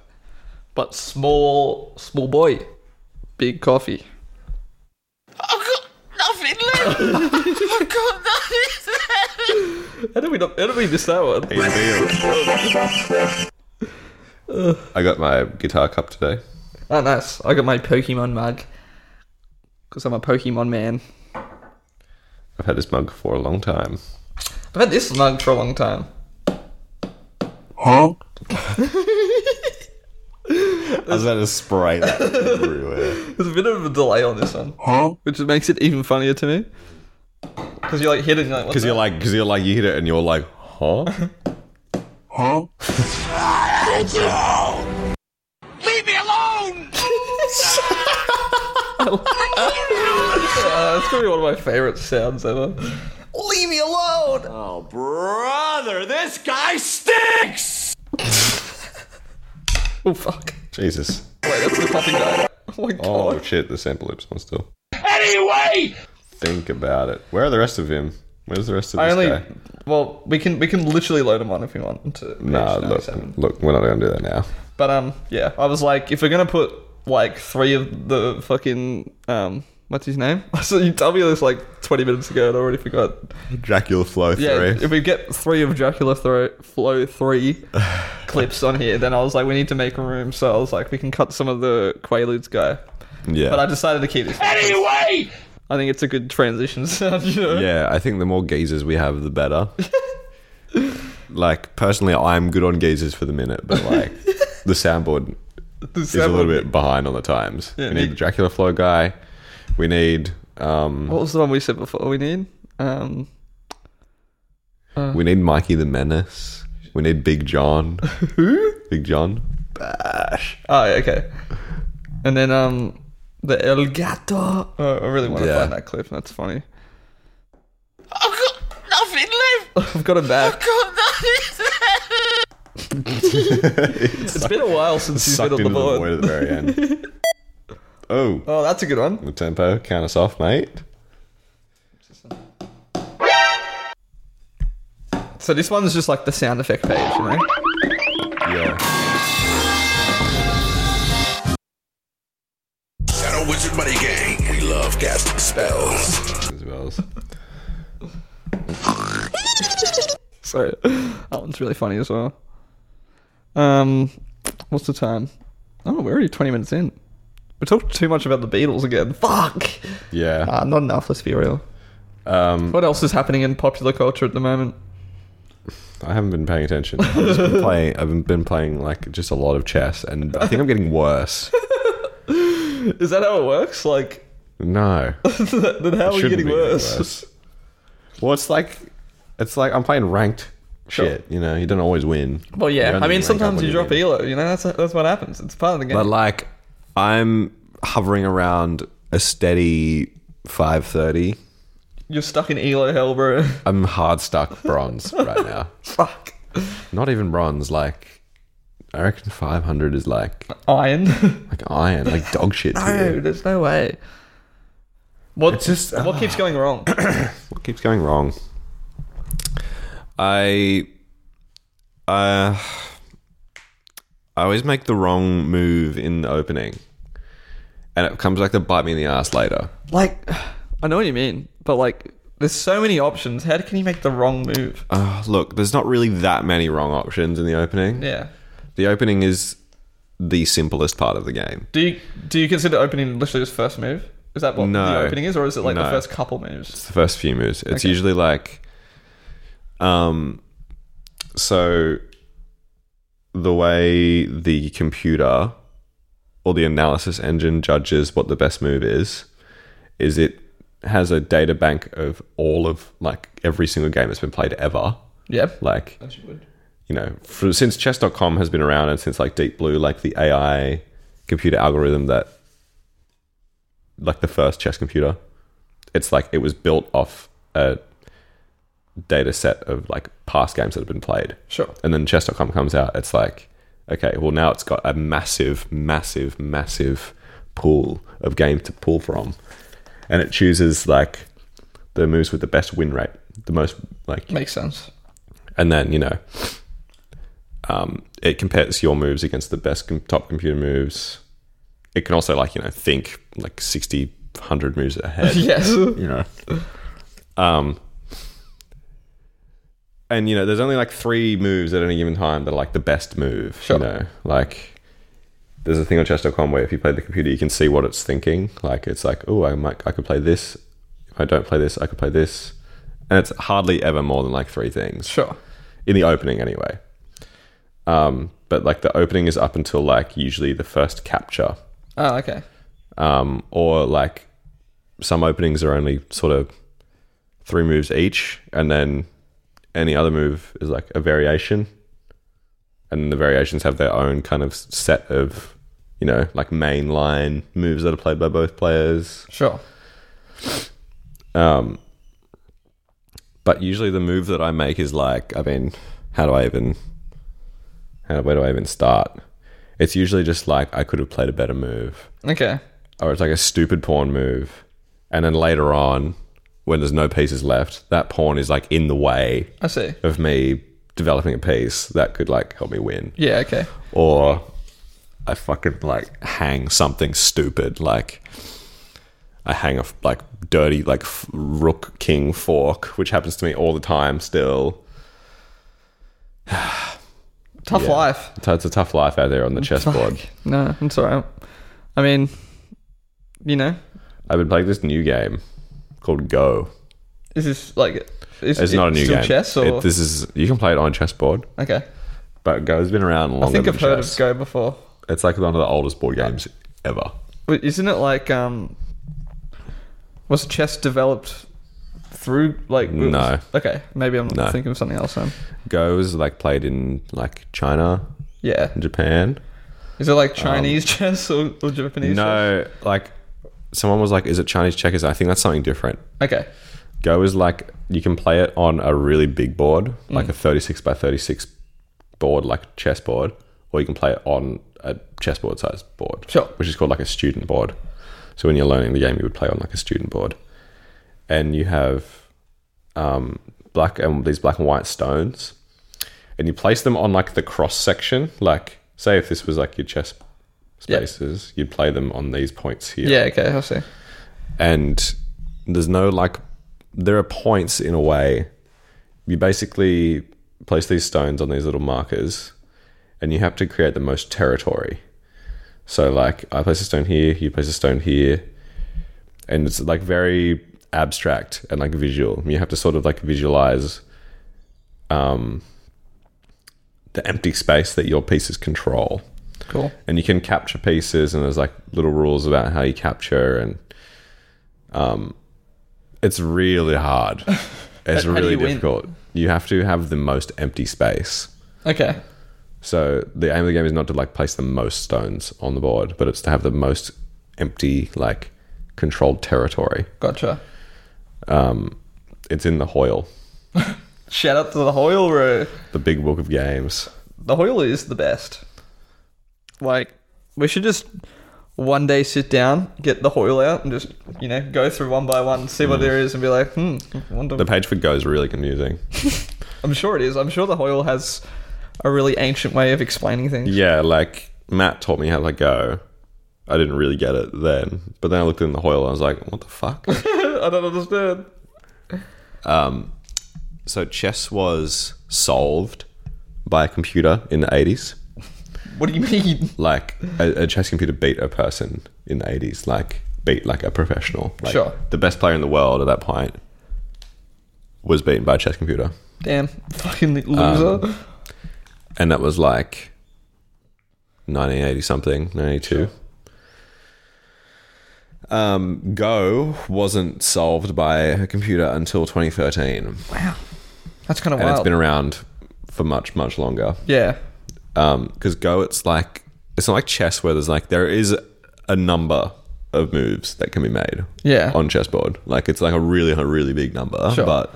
Speaker 3: but small small boy, big coffee. <laughs> How did we not? How did we miss that one?
Speaker 2: I got my guitar cup today.
Speaker 3: Oh, nice. I got my Pokemon mug because I'm a Pokemon man.
Speaker 2: I've had this mug for a long time.
Speaker 3: I've had this mug for a long time.
Speaker 2: I was about to spray
Speaker 3: <laughs>
Speaker 2: that <laughs> everywhere.
Speaker 3: There's a bit of a delay on this one, which makes it even funnier to me. Because you're like hitting like
Speaker 2: Because you're like, because you're like, you hit it and you're like, huh?
Speaker 1: Leave me alone!
Speaker 3: uh, that's probably one of my favorite sounds ever. Leave me alone.
Speaker 1: Oh, Brother, this guy stinks!
Speaker 3: Oh fuck!
Speaker 2: Jesus.
Speaker 3: Wait, that's the coffee guy. Oh my god.
Speaker 2: Oh shit, the sample loops on still.
Speaker 1: Anyway!
Speaker 2: Think about it. Where are the rest of him? Where's the rest of
Speaker 3: I
Speaker 2: this
Speaker 3: only.
Speaker 2: guy?
Speaker 3: Well, we can we can literally load them on if we want to. page
Speaker 2: Nah,
Speaker 3: 97.
Speaker 2: look, look, we're not gonna do that now.
Speaker 3: But um, yeah, I was like, if we're gonna put like three of the fucking um, what's his name? <laughs> So you told me this like twenty minutes ago, and I already forgot.
Speaker 2: Dracula Flow
Speaker 3: Yeah,
Speaker 2: 3.
Speaker 3: if we get three of Dracula Thro- Flow
Speaker 2: <sighs>
Speaker 3: three clips on here, then I was like, we need to make room. So I was like, we can cut some of the Quaaludes guy.
Speaker 2: Yeah.
Speaker 3: But I decided to keep this. I
Speaker 1: Anyway!
Speaker 3: think it's a good transition <laughs> sound. You know?
Speaker 2: Yeah, I think the more geezers we have, the
Speaker 3: <laughs>
Speaker 2: better. like personally, I'm good on geezers for the minute,
Speaker 3: <laughs>
Speaker 2: but like the soundboard
Speaker 3: The
Speaker 2: is a
Speaker 3: sound-
Speaker 2: little bit behind on the times. we need the Dracula Flow guy. We need um,
Speaker 3: What was the one we said before? We need um. Oh.
Speaker 2: we need Mikey the Menace. We need Big
Speaker 3: <laughs>
Speaker 2: John. Who? Big John. Bash.
Speaker 3: Oh, yeah, okay. And then um, the El Gato. Oh, I really want to
Speaker 2: Yeah.
Speaker 3: find that clip. That's funny. <laughs> I've got nothing left. I've got him back.
Speaker 2: <laughs> it's
Speaker 3: It's been a while since he's been
Speaker 2: sucked
Speaker 3: on
Speaker 2: into
Speaker 3: the
Speaker 2: the
Speaker 3: board.
Speaker 2: void at the very end.
Speaker 3: <laughs>
Speaker 2: oh,
Speaker 3: oh, that's a good one.
Speaker 2: the tempo. Count us off, mate.
Speaker 3: So this one's just like the sound effect page, you know?
Speaker 2: Yeah.
Speaker 4: Shadow Wizard Money Gang. We love casting spells.
Speaker 2: As well as.
Speaker 3: So that one's really funny as well. Um, what's the time? Oh, we're already twenty minutes in. We talked too much about the Beatles again. Fuck.
Speaker 2: Yeah.
Speaker 3: Ah, not enough. Let's be real.
Speaker 2: Um,
Speaker 3: What else is happening in popular culture at the moment?
Speaker 2: I haven't been paying attention. I've just
Speaker 3: <laughs>
Speaker 2: been playing. I've been playing like just a lot of chess, and I think I'm getting worse.
Speaker 3: Is that how it works? Like, <laughs>
Speaker 2: No,
Speaker 3: then how are we
Speaker 2: shouldn't
Speaker 3: Oh, getting
Speaker 2: be
Speaker 3: worse?
Speaker 2: Well, it's like it's like I'm playing ranked shit. You know, you don't always win.
Speaker 3: Well,
Speaker 2: You
Speaker 3: yeah.
Speaker 2: only
Speaker 3: I mean,
Speaker 2: rank up
Speaker 3: sometimes
Speaker 2: when
Speaker 3: you drop
Speaker 2: win.
Speaker 3: elo. You know, that's that's what happens. It's part of the game.
Speaker 2: But like, I'm hovering around a steady 530.
Speaker 3: You're stuck in Elo hell, bro. <laughs>
Speaker 2: I'm hard stuck bronze right now.
Speaker 3: Fuck.
Speaker 2: Not even bronze, like I reckon 500 is like
Speaker 3: Iron. <laughs>
Speaker 2: like iron, like dog shit to
Speaker 3: no,
Speaker 2: you.
Speaker 3: there's no way. What?
Speaker 2: It's just- ah.
Speaker 3: what keeps going wrong?
Speaker 2: <clears throat> What keeps going wrong? I uh I always make the wrong move in the opening. And it comes back to bite me in the ass later.
Speaker 3: like, I know what you mean, but like, there's so many options. How can you make the wrong move?
Speaker 2: Uh, look, there's not really that many wrong options in the opening.
Speaker 3: Yeah.
Speaker 2: The opening is the simplest part of the game.
Speaker 3: Do you do you consider opening literally just first move? Is that what
Speaker 2: No.
Speaker 3: the opening is, or is it like
Speaker 2: No.
Speaker 3: the first couple moves?
Speaker 2: It's the first few moves. It's usually like, um, so the way the computer or the analysis engine judges what the best move is, is it has a data bank of all of like every single game that's been played ever.
Speaker 3: Yep.
Speaker 2: Like,
Speaker 3: As you would.
Speaker 2: you know, for, since chess.com has been around and since like Deep Blue, like the AI computer algorithm that, like the first chess computer, it's like it was built off a data set of like past games that have been played.
Speaker 3: Sure.
Speaker 2: And then chess.com comes out, it's like, okay, well, now it's got a massive, massive, massive pool of game to pull from. And it chooses like the moves with the best win rate, the most like
Speaker 3: Makes
Speaker 2: <laughs>
Speaker 3: sense.
Speaker 2: and then you know um, it compares your moves against the best com- top computer moves it can also like you know think like 60 100 moves ahead
Speaker 3: <laughs> yes.
Speaker 2: you know um and you know there's only like three moves at any given time that are like the best move
Speaker 3: Sure.
Speaker 2: you know like there's a thing on chess.com where if you play the computer you can see what it's thinking like it's like oh i might i could play this if i don't play this i could play this and it's hardly ever more than like three things
Speaker 3: Sure.
Speaker 2: in the opening anyway. Um, but like the opening is up until like usually the first capture,
Speaker 3: Oh, okay.
Speaker 2: um, or like some openings are only sort of three moves each, and then any other move is like a variation, and the variations have their own kind of set of you know like main line moves that are played by both players.
Speaker 3: Sure.
Speaker 2: Um, but usually the move that I make is like, I mean, how do I even, how, where do I even start? It's usually just like, I could have played a better move,
Speaker 3: Okay.
Speaker 2: or it's like a stupid pawn move. And then later on, when there's no pieces left, that pawn is like in the way
Speaker 3: I see.
Speaker 2: of me developing a piece that could like help me win.
Speaker 3: Yeah. Okay.
Speaker 2: Or I fucking like hang something stupid like I hang a f- like dirty like f- rook king fork, which happens to me all the time still.
Speaker 3: Tough
Speaker 2: Yeah.
Speaker 3: life.
Speaker 2: So it's a tough life out there on the chessboard.
Speaker 3: Fuck. No, I'm sorry. I mean, you know,
Speaker 2: I've been playing this new game called Go.
Speaker 3: is this like? Is
Speaker 2: It's
Speaker 3: it
Speaker 2: not a new
Speaker 3: still
Speaker 2: game.
Speaker 3: Chess or
Speaker 2: It- this is you can play it on a chessboard,
Speaker 3: okay.
Speaker 2: but Go's been around longer
Speaker 3: I think
Speaker 2: than
Speaker 3: I've heard
Speaker 2: chess.
Speaker 3: of Go before.
Speaker 2: It's like one of the oldest board games ever.
Speaker 3: But isn't it like um, was chess developed through like? rules?
Speaker 2: No.
Speaker 3: Okay, maybe I'm
Speaker 2: No.
Speaker 3: thinking of something else. Then.
Speaker 2: Go is like played in like China
Speaker 3: Yeah.
Speaker 2: and Japan.
Speaker 3: Is it like Chinese <laughs> chess or, or Japanese?
Speaker 2: Um, No, like someone was like, "Is it Chinese checkers?" I think that's something different.
Speaker 3: Chess? Okay.
Speaker 2: Go is like you can play it on a really big board, like a
Speaker 3: Mm.
Speaker 2: thirty-six by thirty-six board, like a chessboard, or you can play it on a chessboard sized board,
Speaker 3: Sure.
Speaker 2: which is called like a student board. So when you're learning the game, you would play on like a student board, and you have um, black and these black and white stones, and you place them on like the cross section. Like, say if this was like your chess
Speaker 3: Yeah.
Speaker 2: spaces, you'd play them on these points here
Speaker 3: Yeah. Okay. I see.
Speaker 2: and there's no like there are points in a way you basically place these stones on these little markers and you have to create the most territory so like i place a stone here you place a stone here and it's like very abstract and like visual you have to sort of like visualize um the empty space that your pieces control
Speaker 3: Cool.
Speaker 2: and you can capture pieces and there's like little rules about how you capture and um it's really
Speaker 3: <laughs>
Speaker 2: hard it's
Speaker 3: do
Speaker 2: really
Speaker 3: you win?
Speaker 2: difficult you have to have the most empty space
Speaker 3: Okay.
Speaker 2: so the aim of the game is not to like place the most stones on the board but it's to have the most empty like controlled territory.
Speaker 3: Gotcha.
Speaker 2: Um, it's in the Hoyle,
Speaker 3: Shout out to the Hoyle Row.
Speaker 2: the big book of games.
Speaker 3: The Hoyle is the best. Like, we should just one day sit down, get the Hoyle out, and just, you know, go through one by one, see what there is, and be like, hmm, wonder.
Speaker 2: The page for Go is really confusing.
Speaker 3: I'm sure it is. I'm sure the Hoyle has a really ancient way of explaining things.
Speaker 2: yeah, like Matt taught me how to go. I didn't really get it then, but then I looked in the Hoyle and I was like, what the fuck?
Speaker 3: I don't understand.
Speaker 2: Um, <laughs> so chess was solved by a computer in the 80s.
Speaker 3: What do you mean? <laughs>
Speaker 2: Like a, a chess computer beat a person in the 80s, like beat like a professional. Like,
Speaker 3: Sure.
Speaker 2: The best player in the world at that point was beaten by a chess computer.
Speaker 3: Damn, fucking loser.
Speaker 2: And that was like 1980 something, 92. Um, Go wasn't solved by a computer until 2013.
Speaker 3: That's kind of
Speaker 2: And
Speaker 3: wild.
Speaker 2: it's been around for much, much longer.
Speaker 3: yeah.
Speaker 2: because Go, it's like it's not like chess where there's like there is a number of moves that can be made.
Speaker 3: Yeah.
Speaker 2: on chessboard, like it's like a really a really big number,
Speaker 3: Sure.
Speaker 2: but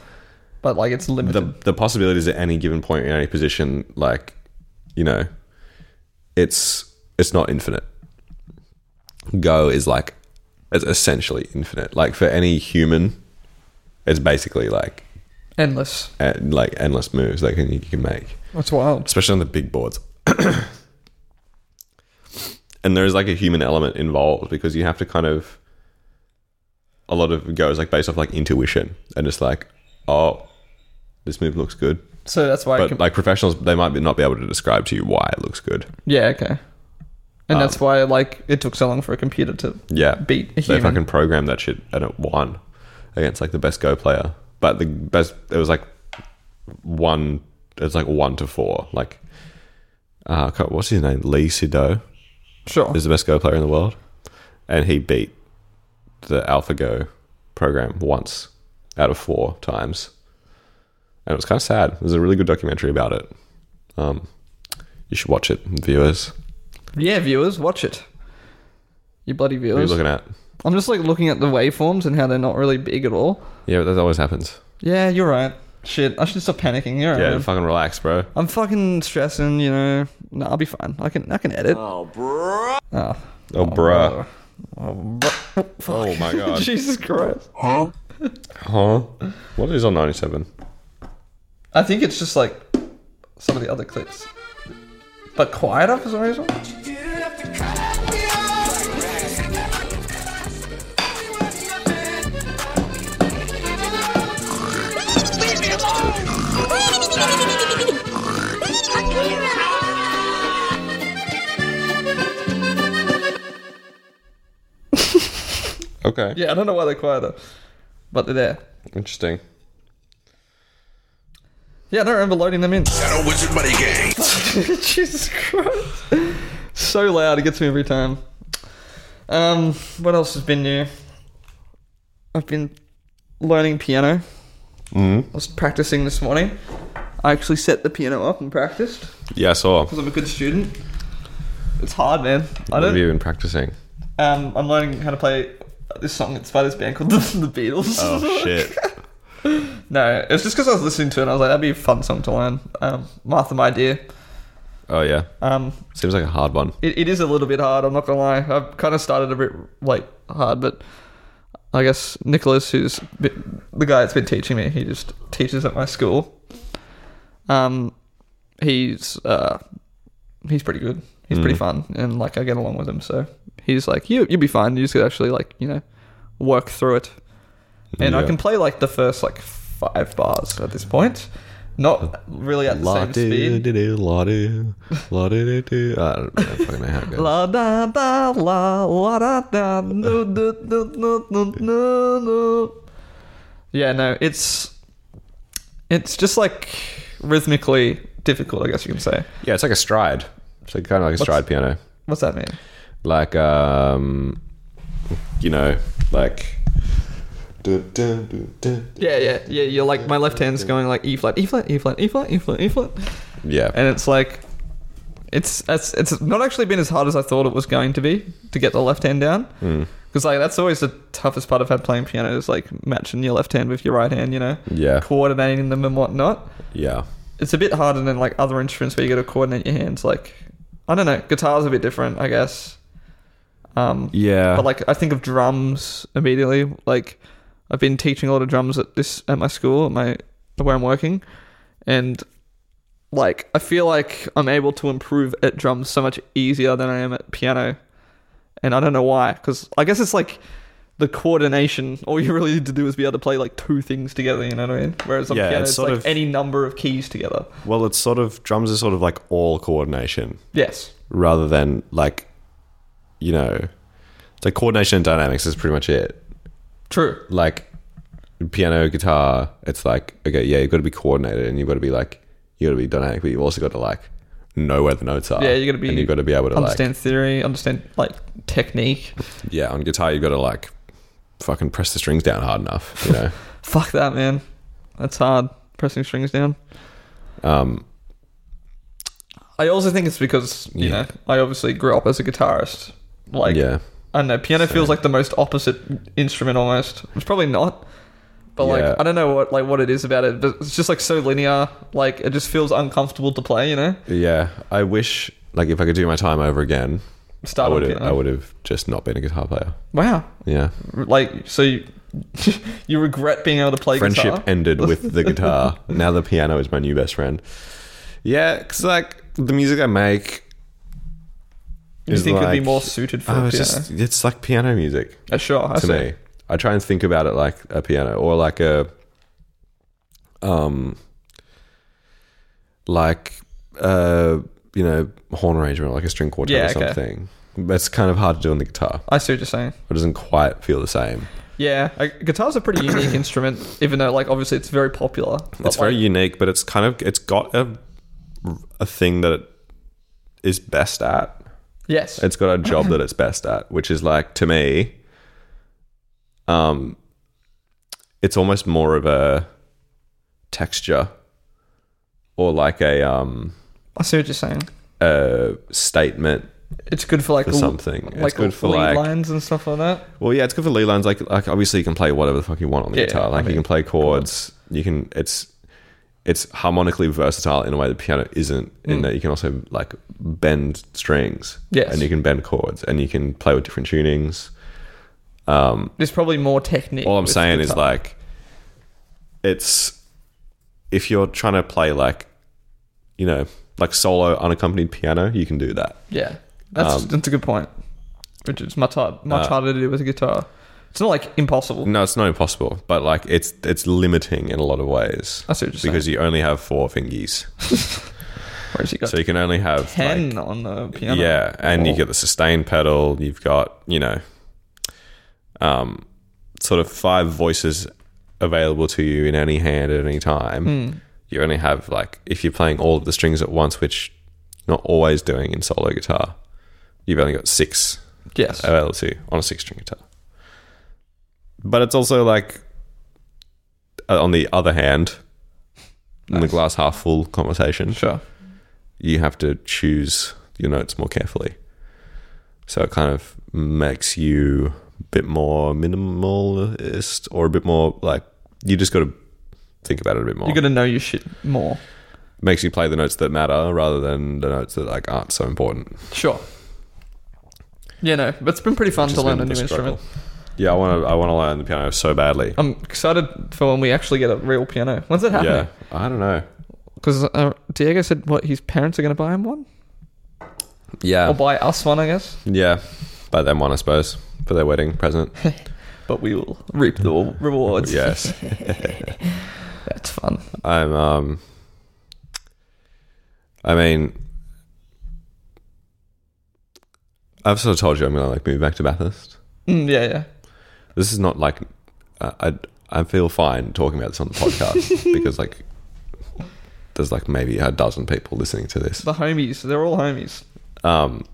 Speaker 3: But, like, it's limited.
Speaker 2: the the possibilities at any given point in any position, like you know, it's it's not infinite. Go is like it's essentially infinite. Like for any human, it's basically like
Speaker 3: Endless.
Speaker 2: uh, like endless moves that can you can make.
Speaker 3: That's wild.
Speaker 2: especially on the big boards. <coughs> and there's like a human element involved because you have to kind of a lot of it goes like based off like intuition and just like oh this move looks good
Speaker 3: So that's why. I
Speaker 2: but
Speaker 3: can-
Speaker 2: like professionals they might be- not be able to describe to you why it looks good
Speaker 3: yeah, okay. And that's why, like, it took so long for a computer to
Speaker 2: yeah
Speaker 3: beat a
Speaker 2: they
Speaker 3: human.
Speaker 2: fucking programmed that shit and it won against like the best go player but the best it was like one it's like one to four like uh what's his name lee Sedol.
Speaker 3: Sure.
Speaker 2: is the best Go player in the world, and he beat the AlphaGo program once out of four times, and it was kind of sad. There's a really good documentary about it. Um, you should watch it, viewers.
Speaker 3: Yeah, viewers, watch it. You bloody
Speaker 2: What are you
Speaker 3: viewers.
Speaker 2: looking at?
Speaker 3: I'm just like looking at the waveforms and how they're not really big at all.
Speaker 2: Yeah, but that always happens.
Speaker 3: Yeah, you're right. Shit, I should stop panicking. You're right.
Speaker 2: Yeah,
Speaker 3: man.
Speaker 2: fucking relax, bro.
Speaker 3: I'm fucking stressing. You know, no, I'll be fine. I can I can edit. Oh, bruh.
Speaker 2: Oh, bruh.
Speaker 3: Oh,
Speaker 2: Oh my
Speaker 3: <laughs>
Speaker 2: god.
Speaker 3: <laughs> Jesus Christ.
Speaker 2: huh? What is on 97?
Speaker 3: I think it's just like some of the other clips, but quieter for some reason.
Speaker 5: Leave me alone!
Speaker 2: Okay.
Speaker 3: Yeah, I don't know why they're quieter, but they're there.
Speaker 2: Interesting.
Speaker 3: Yeah, I don't remember loading them in.
Speaker 4: Shadow Wizard Money Gang.
Speaker 3: <laughs> Jesus Christ. so loud, it gets me every time. Um, what else has been new? I've been learning piano. Mm. I was practicing this morning. I actually set the piano up and practiced
Speaker 2: Yeah, I saw.
Speaker 3: because I'm a good student. It's hard, man. I
Speaker 2: What have you
Speaker 3: don't.
Speaker 2: been practicing?
Speaker 3: Um, I'm learning how to play this song. It's by this band called <laughs> The, the Beatles. <laughs>
Speaker 2: Oh shit.
Speaker 3: no, it's just because I was listening to it and I was like, that'd be a fun song to learn. Um, Martha, my dear.
Speaker 2: Oh yeah.
Speaker 3: Um,
Speaker 2: Seems like a hard one.
Speaker 3: it, it is a little bit hard. I'm not gonna lie. I've kind of started a bit like hard, but I guess Nicholas, who's bit, the guy that's been teaching me, he just teaches at my school. Um, he's uh, he's pretty good. He's pretty fun, and like I get along with him. So he's like, you you'll be fine. You just could actually like you know work through it, and I
Speaker 2: Yeah.
Speaker 3: can play like the first like five bars at this point. Not really at the
Speaker 2: La
Speaker 3: same speed.
Speaker 2: do do do la do la do do do. <laughs> I don't know, I fucking know how it goes.
Speaker 3: La da da la la da da no no no no no no no. Yeah, no, it's it's just like rhythmically difficult, I guess you can say.
Speaker 2: Yeah, it's like a stride. It's like kind of like a stride piano.
Speaker 3: What's that mean?
Speaker 2: Like um, you know, like. Du, du, du, du, du.
Speaker 3: Yeah, yeah, yeah. You're like my left hand's going like E flat, E flat, E flat, E flat, E flat, E flat,
Speaker 2: Yeah,
Speaker 3: and it's like It's it's it's not actually been as hard as I thought it was going to be to get the left hand down. Because like that's always the toughest part I've had playing piano is like matching your left hand with your right hand, you know,
Speaker 2: Yeah.
Speaker 3: coordinating them and whatnot.
Speaker 2: Yeah.
Speaker 3: It's a bit harder than like other instruments where you got to coordinate your hands. Like I don't know, guitar's a bit different, I guess. Um,
Speaker 2: Yeah.
Speaker 3: but like I think of drums immediately. Like I've been teaching a lot of drums at this at my school, at my where I'm working, and like I feel like I'm able to improve at drums so much easier than I am at piano, and I don't know why. Because I guess it's like the coordination. All you <laughs> really need to do is be able to play like two things together. You know what I mean? Whereas on
Speaker 2: Yeah,
Speaker 3: piano,
Speaker 2: it's
Speaker 3: it's
Speaker 2: sort
Speaker 3: like
Speaker 2: of-
Speaker 3: any number of keys together.
Speaker 2: well, it's sort of drums are sort of like all coordination
Speaker 3: Yes.
Speaker 2: rather than like, you know, it's like coordination and dynamics is pretty much it.
Speaker 3: True.
Speaker 2: Like piano, guitar, it's like okay, yeah, you've got to be coordinated and you've got to be like you got to be dynamic, but you've also got to like know where the notes are.
Speaker 3: Yeah, you got to be.
Speaker 2: and you've got to be able to like
Speaker 3: understand theory, understand like technique.
Speaker 2: yeah, on guitar you've got to like fucking press the strings down hard enough, you know.
Speaker 3: <laughs> Fuck that, man. That's hard. Pressing strings down.
Speaker 2: um,
Speaker 3: I also think it's because, you
Speaker 2: Yeah.
Speaker 3: know, I obviously grew up as a guitarist. Like,
Speaker 2: yeah,
Speaker 3: I don't know, piano feels like the most opposite instrument almost. It's probably not. But
Speaker 2: Yeah.
Speaker 3: like I don't know what like what it is about it, but it's just like so linear. Like it just feels uncomfortable to play, you know.
Speaker 2: yeah. I wish like if I could do my time over again, I
Speaker 3: Start on
Speaker 2: would have.
Speaker 3: piano.
Speaker 2: I would have just not been a guitar player.
Speaker 3: Wow,
Speaker 2: Yeah,
Speaker 3: like so you, <laughs> you regret being able to play
Speaker 2: friendship
Speaker 3: guitar?
Speaker 2: ended
Speaker 3: <laughs>
Speaker 2: with the guitar. now the piano is my new best friend. Yeah, because like the music I make,
Speaker 3: You
Speaker 2: is
Speaker 3: think it'd
Speaker 2: like-
Speaker 3: be more suited for
Speaker 2: oh,
Speaker 3: a
Speaker 2: it's
Speaker 3: piano?
Speaker 2: just it's like piano music.
Speaker 3: Uh, sure, I
Speaker 2: to
Speaker 3: see.
Speaker 2: me. I try and think about it like a piano or like a um like uh you know horn arrangement or like a string quartet
Speaker 3: Yeah,
Speaker 2: or
Speaker 3: okay.
Speaker 2: something. That's kind of hard to do on the guitar.
Speaker 3: I see what you're saying.
Speaker 2: It doesn't quite feel the same.
Speaker 3: Yeah, I, guitar's a pretty unique instrument, even though like obviously it's very popular. But,
Speaker 2: it's very
Speaker 3: like,
Speaker 2: unique, but it's kind of it's got a a thing that it is best at.
Speaker 3: yes.
Speaker 2: It's got a job that it's best at, which is like to me, um, it's almost more of a texture or like a um
Speaker 3: I see what you're saying.
Speaker 2: a statement
Speaker 3: It's good for like
Speaker 2: for
Speaker 3: l-
Speaker 2: something.
Speaker 3: like
Speaker 2: It's good for
Speaker 3: lead
Speaker 2: like
Speaker 3: lines and stuff like that.
Speaker 2: well, yeah, it's good for lead lines. Like like obviously you can play whatever the fuck you want on the
Speaker 3: Yeah,
Speaker 2: guitar.
Speaker 3: I
Speaker 2: Like
Speaker 3: mean,
Speaker 2: you can play chords. You can it's it's harmonically versatile in a way the piano isn't. In that you can also like bend strings.
Speaker 3: Mm. Yes.
Speaker 2: and you can bend chords, and you can play with different tunings.
Speaker 3: There's probably more technique.
Speaker 2: All I'm
Speaker 3: with
Speaker 2: saying is
Speaker 3: guitar.
Speaker 2: like, it's if you're trying to play like, you know, like solo unaccompanied piano, you can do that.
Speaker 3: yeah, that's
Speaker 2: um,
Speaker 3: that's a good point. Which is much hard, much
Speaker 2: Uh,
Speaker 3: harder to do with a guitar. It's not like impossible.
Speaker 2: No, it's not impossible, but like it's it's limiting in a lot of ways
Speaker 3: I see what you're
Speaker 2: because
Speaker 3: saying.
Speaker 2: you only have four fingers,
Speaker 3: Whereas you got
Speaker 2: so you can only have
Speaker 3: ten
Speaker 2: like-
Speaker 3: on the piano.
Speaker 2: yeah, and you
Speaker 3: Oh.
Speaker 2: get the sustain pedal. You've got you know, um, sort of five voices available to you in any hand at any time. You only have like if you're playing all of the strings at once, which you're not always doing in solo guitar. You've only got six
Speaker 3: yes.
Speaker 2: available to you on a six-string guitar. But it's also like, uh, on the other hand, in the glass half full conversation,
Speaker 3: sure.
Speaker 2: you have to choose your notes more carefully. So it kind of makes you a bit more minimalist or a bit more like you just got to think about it a bit more.
Speaker 3: You got to know your shit more.
Speaker 2: makes you play the notes that matter rather than the notes that like aren't so important.
Speaker 3: Sure. Yeah, no, but it's been pretty fun
Speaker 2: which
Speaker 3: to
Speaker 2: has
Speaker 3: learn a
Speaker 2: been
Speaker 3: new
Speaker 2: the struggle.
Speaker 3: instrument.
Speaker 2: Yeah, I want to. I want to learn the piano so badly.
Speaker 3: I'm excited for when we actually get a real piano. When's that happening?
Speaker 2: yeah, I don't know.
Speaker 3: Because uh, Diego said, what, his parents are going to buy him one?
Speaker 2: Yeah,
Speaker 3: Or buy us one, I guess.
Speaker 2: yeah. But then one, I suppose, for their wedding
Speaker 3: <laughs>
Speaker 2: present.
Speaker 3: But we will reap the rewards.
Speaker 2: yes.
Speaker 3: That's fun.
Speaker 2: I'm um I mean I've sort of told you I'm gonna like move back to Bathurst.
Speaker 3: Mm, yeah, yeah.
Speaker 2: This is not like uh, I I feel fine talking about this on the
Speaker 3: <laughs>
Speaker 2: podcast because like there's like maybe a dozen people listening to this.
Speaker 3: The homies. They're all homies.
Speaker 2: Um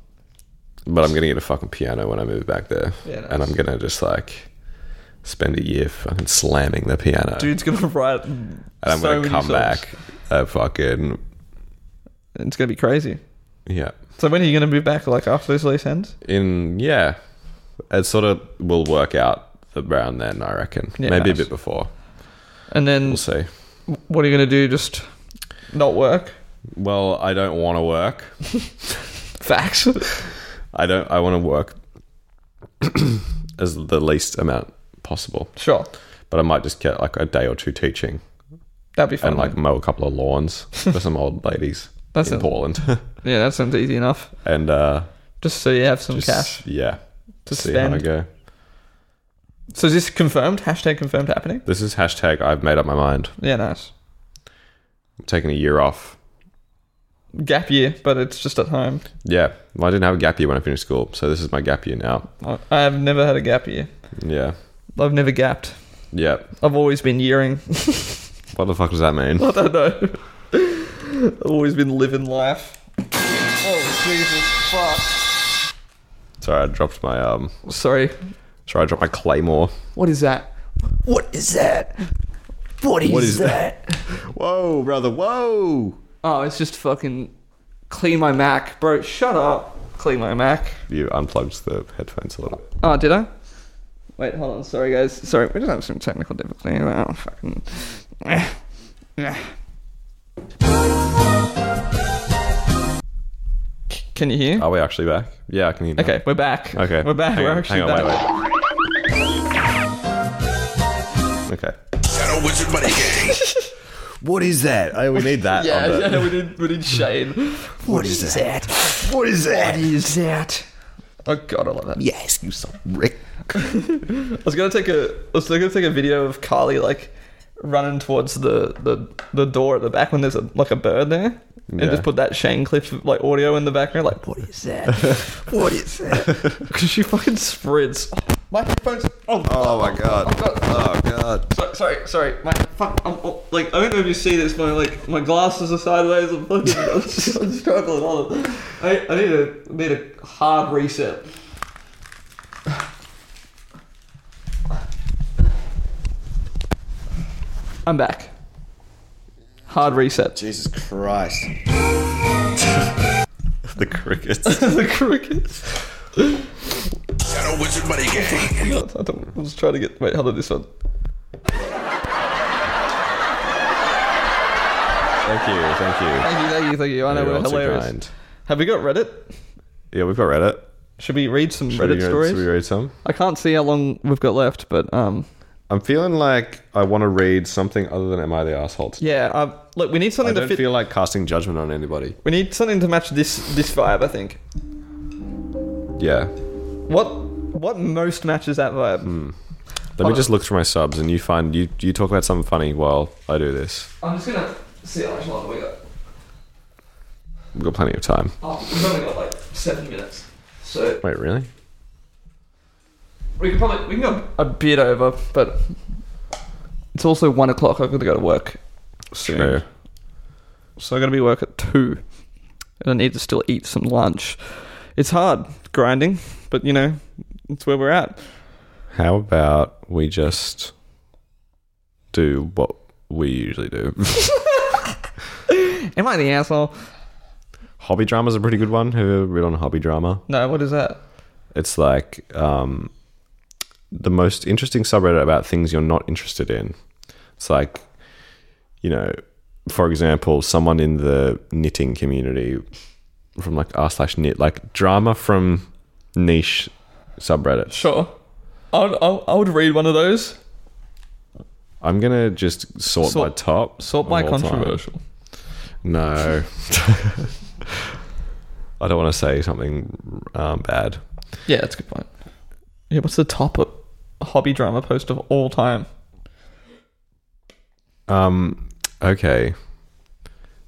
Speaker 2: but I'm gonna get a fucking piano when I move back there.
Speaker 3: Yeah, nice.
Speaker 2: And I'm gonna just like Spend a year fucking slamming the piano,
Speaker 3: Dude's going to <laughs> write
Speaker 2: and I'm
Speaker 3: so
Speaker 2: gonna
Speaker 3: many
Speaker 2: come
Speaker 3: songs.
Speaker 2: back a fucking
Speaker 3: It's going to be crazy.
Speaker 2: Yeah.
Speaker 3: So when are you going to be back? Like after this lease ends?
Speaker 2: In yeah, it sort of will work out around then. I reckon.
Speaker 3: Yeah,
Speaker 2: Maybe
Speaker 3: nice.
Speaker 2: a bit before.
Speaker 3: And then
Speaker 2: We'll see.
Speaker 3: what are you going to do? Just not work? <laughs>
Speaker 2: Well, I don't want to work.
Speaker 3: Facts.
Speaker 2: I don't. I want to work <clears throat> as the least amount possible.
Speaker 3: sure.
Speaker 2: But I might just get like a day or two teaching
Speaker 3: That'd be fun.
Speaker 2: and like mow a couple of lawns for some
Speaker 3: <laughs>
Speaker 2: old ladies
Speaker 3: That
Speaker 2: in
Speaker 3: sounds- <laughs>
Speaker 2: Portland.
Speaker 3: yeah, that sounds easy enough.
Speaker 2: and uh,
Speaker 3: Just so you have some
Speaker 2: just-
Speaker 3: cash.
Speaker 2: Yeah.
Speaker 3: to
Speaker 2: see
Speaker 3: spend.
Speaker 2: how I go.
Speaker 3: So is this confirmed? Hashtag confirmed happening?
Speaker 2: This is hashtag. I've made up my mind.
Speaker 3: Yeah, nice.
Speaker 2: I'm taking a year off.
Speaker 3: Gap year, but it's just at home.
Speaker 2: Yeah. Well, I didn't have a gap year when I finished school, so this is my gap year now.
Speaker 3: I- I've never had a gap year.
Speaker 2: Yeah.
Speaker 3: I've never gapped.
Speaker 2: Yeah.
Speaker 3: I've always been yearing. <laughs>
Speaker 2: What the fuck does that mean?
Speaker 3: I don't know. I've always been living life. Oh, Jesus fuck.
Speaker 2: Sorry, I dropped my um.
Speaker 3: Sorry.
Speaker 2: Sorry, I dropped my claymore.
Speaker 3: What is that? What is that? What is,
Speaker 2: is
Speaker 3: that?
Speaker 2: Whoa, brother. Whoa.
Speaker 3: Oh, it's just fucking clean my Mac. Bro, shut up. Clean my Mac.
Speaker 2: You unplugged the headphones a little bit.
Speaker 3: Oh, did I? Wait, hold on. Sorry, guys. Sorry, we just have some technical difficulty. Oh, fucking. Eh. Eh. C- Can you hear?
Speaker 2: Are we actually back? Yeah, I can hear. now.
Speaker 3: Okay, we're back.
Speaker 2: Oh. Okay.
Speaker 3: we're back.
Speaker 2: Hang
Speaker 3: we're
Speaker 2: on,
Speaker 3: actually
Speaker 2: hang on,
Speaker 3: back.
Speaker 2: Wait, wait. Okay.
Speaker 4: Shadow Wizard
Speaker 1: <laughs>
Speaker 4: Money Gang.
Speaker 2: What is that? Oh, we need <laughs> that.
Speaker 3: Yeah,
Speaker 2: on the-
Speaker 3: yeah, we did. We did shade.
Speaker 2: What is that? What is that?
Speaker 3: is that? Oh god, I love that.
Speaker 2: Yes, you some Rick.
Speaker 3: I was gonna take a. I was gonna take a video of Carly like running towards the the, the door at the back when there's a, like a bird there, and
Speaker 2: Yeah.
Speaker 3: just put that Shane Cliff like audio in the background. Like, what is <laughs> that? what is that? Because she fucking sprints. My headphones. Oh,
Speaker 2: Oh my god.
Speaker 3: God.
Speaker 2: Oh god.
Speaker 3: so- sorry, sorry. My fuck. I'm, oh, like I don't know if you see this. My like my glasses are sideways. I'm fucking. <laughs> I'm, just, I'm struggling. Hold on. I, I need a need a hard reset. I'm back. Hard reset.
Speaker 2: Jesus Christ. the crickets.
Speaker 3: <laughs>
Speaker 2: <laughs>
Speaker 3: the crickets.
Speaker 4: Shadow Wizard Money Gang.
Speaker 3: I don't, I was trying to get. Wait, hold on. This one.
Speaker 2: thank you, thank you.
Speaker 3: Thank you, thank you, thank you. I know
Speaker 2: You're
Speaker 3: we're
Speaker 2: all too
Speaker 3: hilarious.
Speaker 2: kind.
Speaker 3: Have we got Reddit?
Speaker 2: Yeah, we've got Reddit.
Speaker 3: Should we read some
Speaker 2: Should we
Speaker 3: Reddit
Speaker 2: read-
Speaker 3: stories?
Speaker 2: Should we read some?
Speaker 3: I can't see how long we've got left, but um,
Speaker 2: I'm feeling like I want to read something other than Am I the Asshole? today.
Speaker 3: yeah. Um, look, we need
Speaker 2: I
Speaker 3: something to
Speaker 2: don't
Speaker 3: fit.
Speaker 2: feel like casting judgment on anybody.
Speaker 3: we need something to match this this vibe. I think.
Speaker 2: Yeah.
Speaker 3: What what most matches that vibe?
Speaker 2: Hmm. Let me just look through my subs and you find you you talk about something funny while I do this.
Speaker 3: I'm just gonna see how much longer we got.
Speaker 2: We've got plenty of time.
Speaker 3: Oh, we've only got like seven minutes, so
Speaker 2: Wait, really?
Speaker 3: we can probably we can go a bit over, but it's also one o'clock. I've got to go to work soon,
Speaker 2: True.
Speaker 3: so I got to be work at two, and I need to still eat some lunch. It's hard grinding, but you know, it's where we're at.
Speaker 2: How about we just do what we usually do? <laughs>
Speaker 3: Am I the asshole?
Speaker 2: hobby drama's a pretty good one. Have you ever read on hobby drama?
Speaker 3: No, what is that?
Speaker 2: It's like um, the most interesting subreddit about things you're not interested in. It's like, you know, for example, someone in the knitting community from like r slash knit, like drama from niche subreddit.
Speaker 3: Sure. I would, I would- I would read one of those.
Speaker 2: I'm gonna just sort,
Speaker 3: Sort-
Speaker 2: by top,
Speaker 3: Sort by
Speaker 2: of all time.
Speaker 3: controversial.
Speaker 2: No, <laughs> I don't want to say something um, bad.
Speaker 3: Yeah, that's a good point. Yeah, what's the top of hobby drama post of all time?
Speaker 2: Um, okay.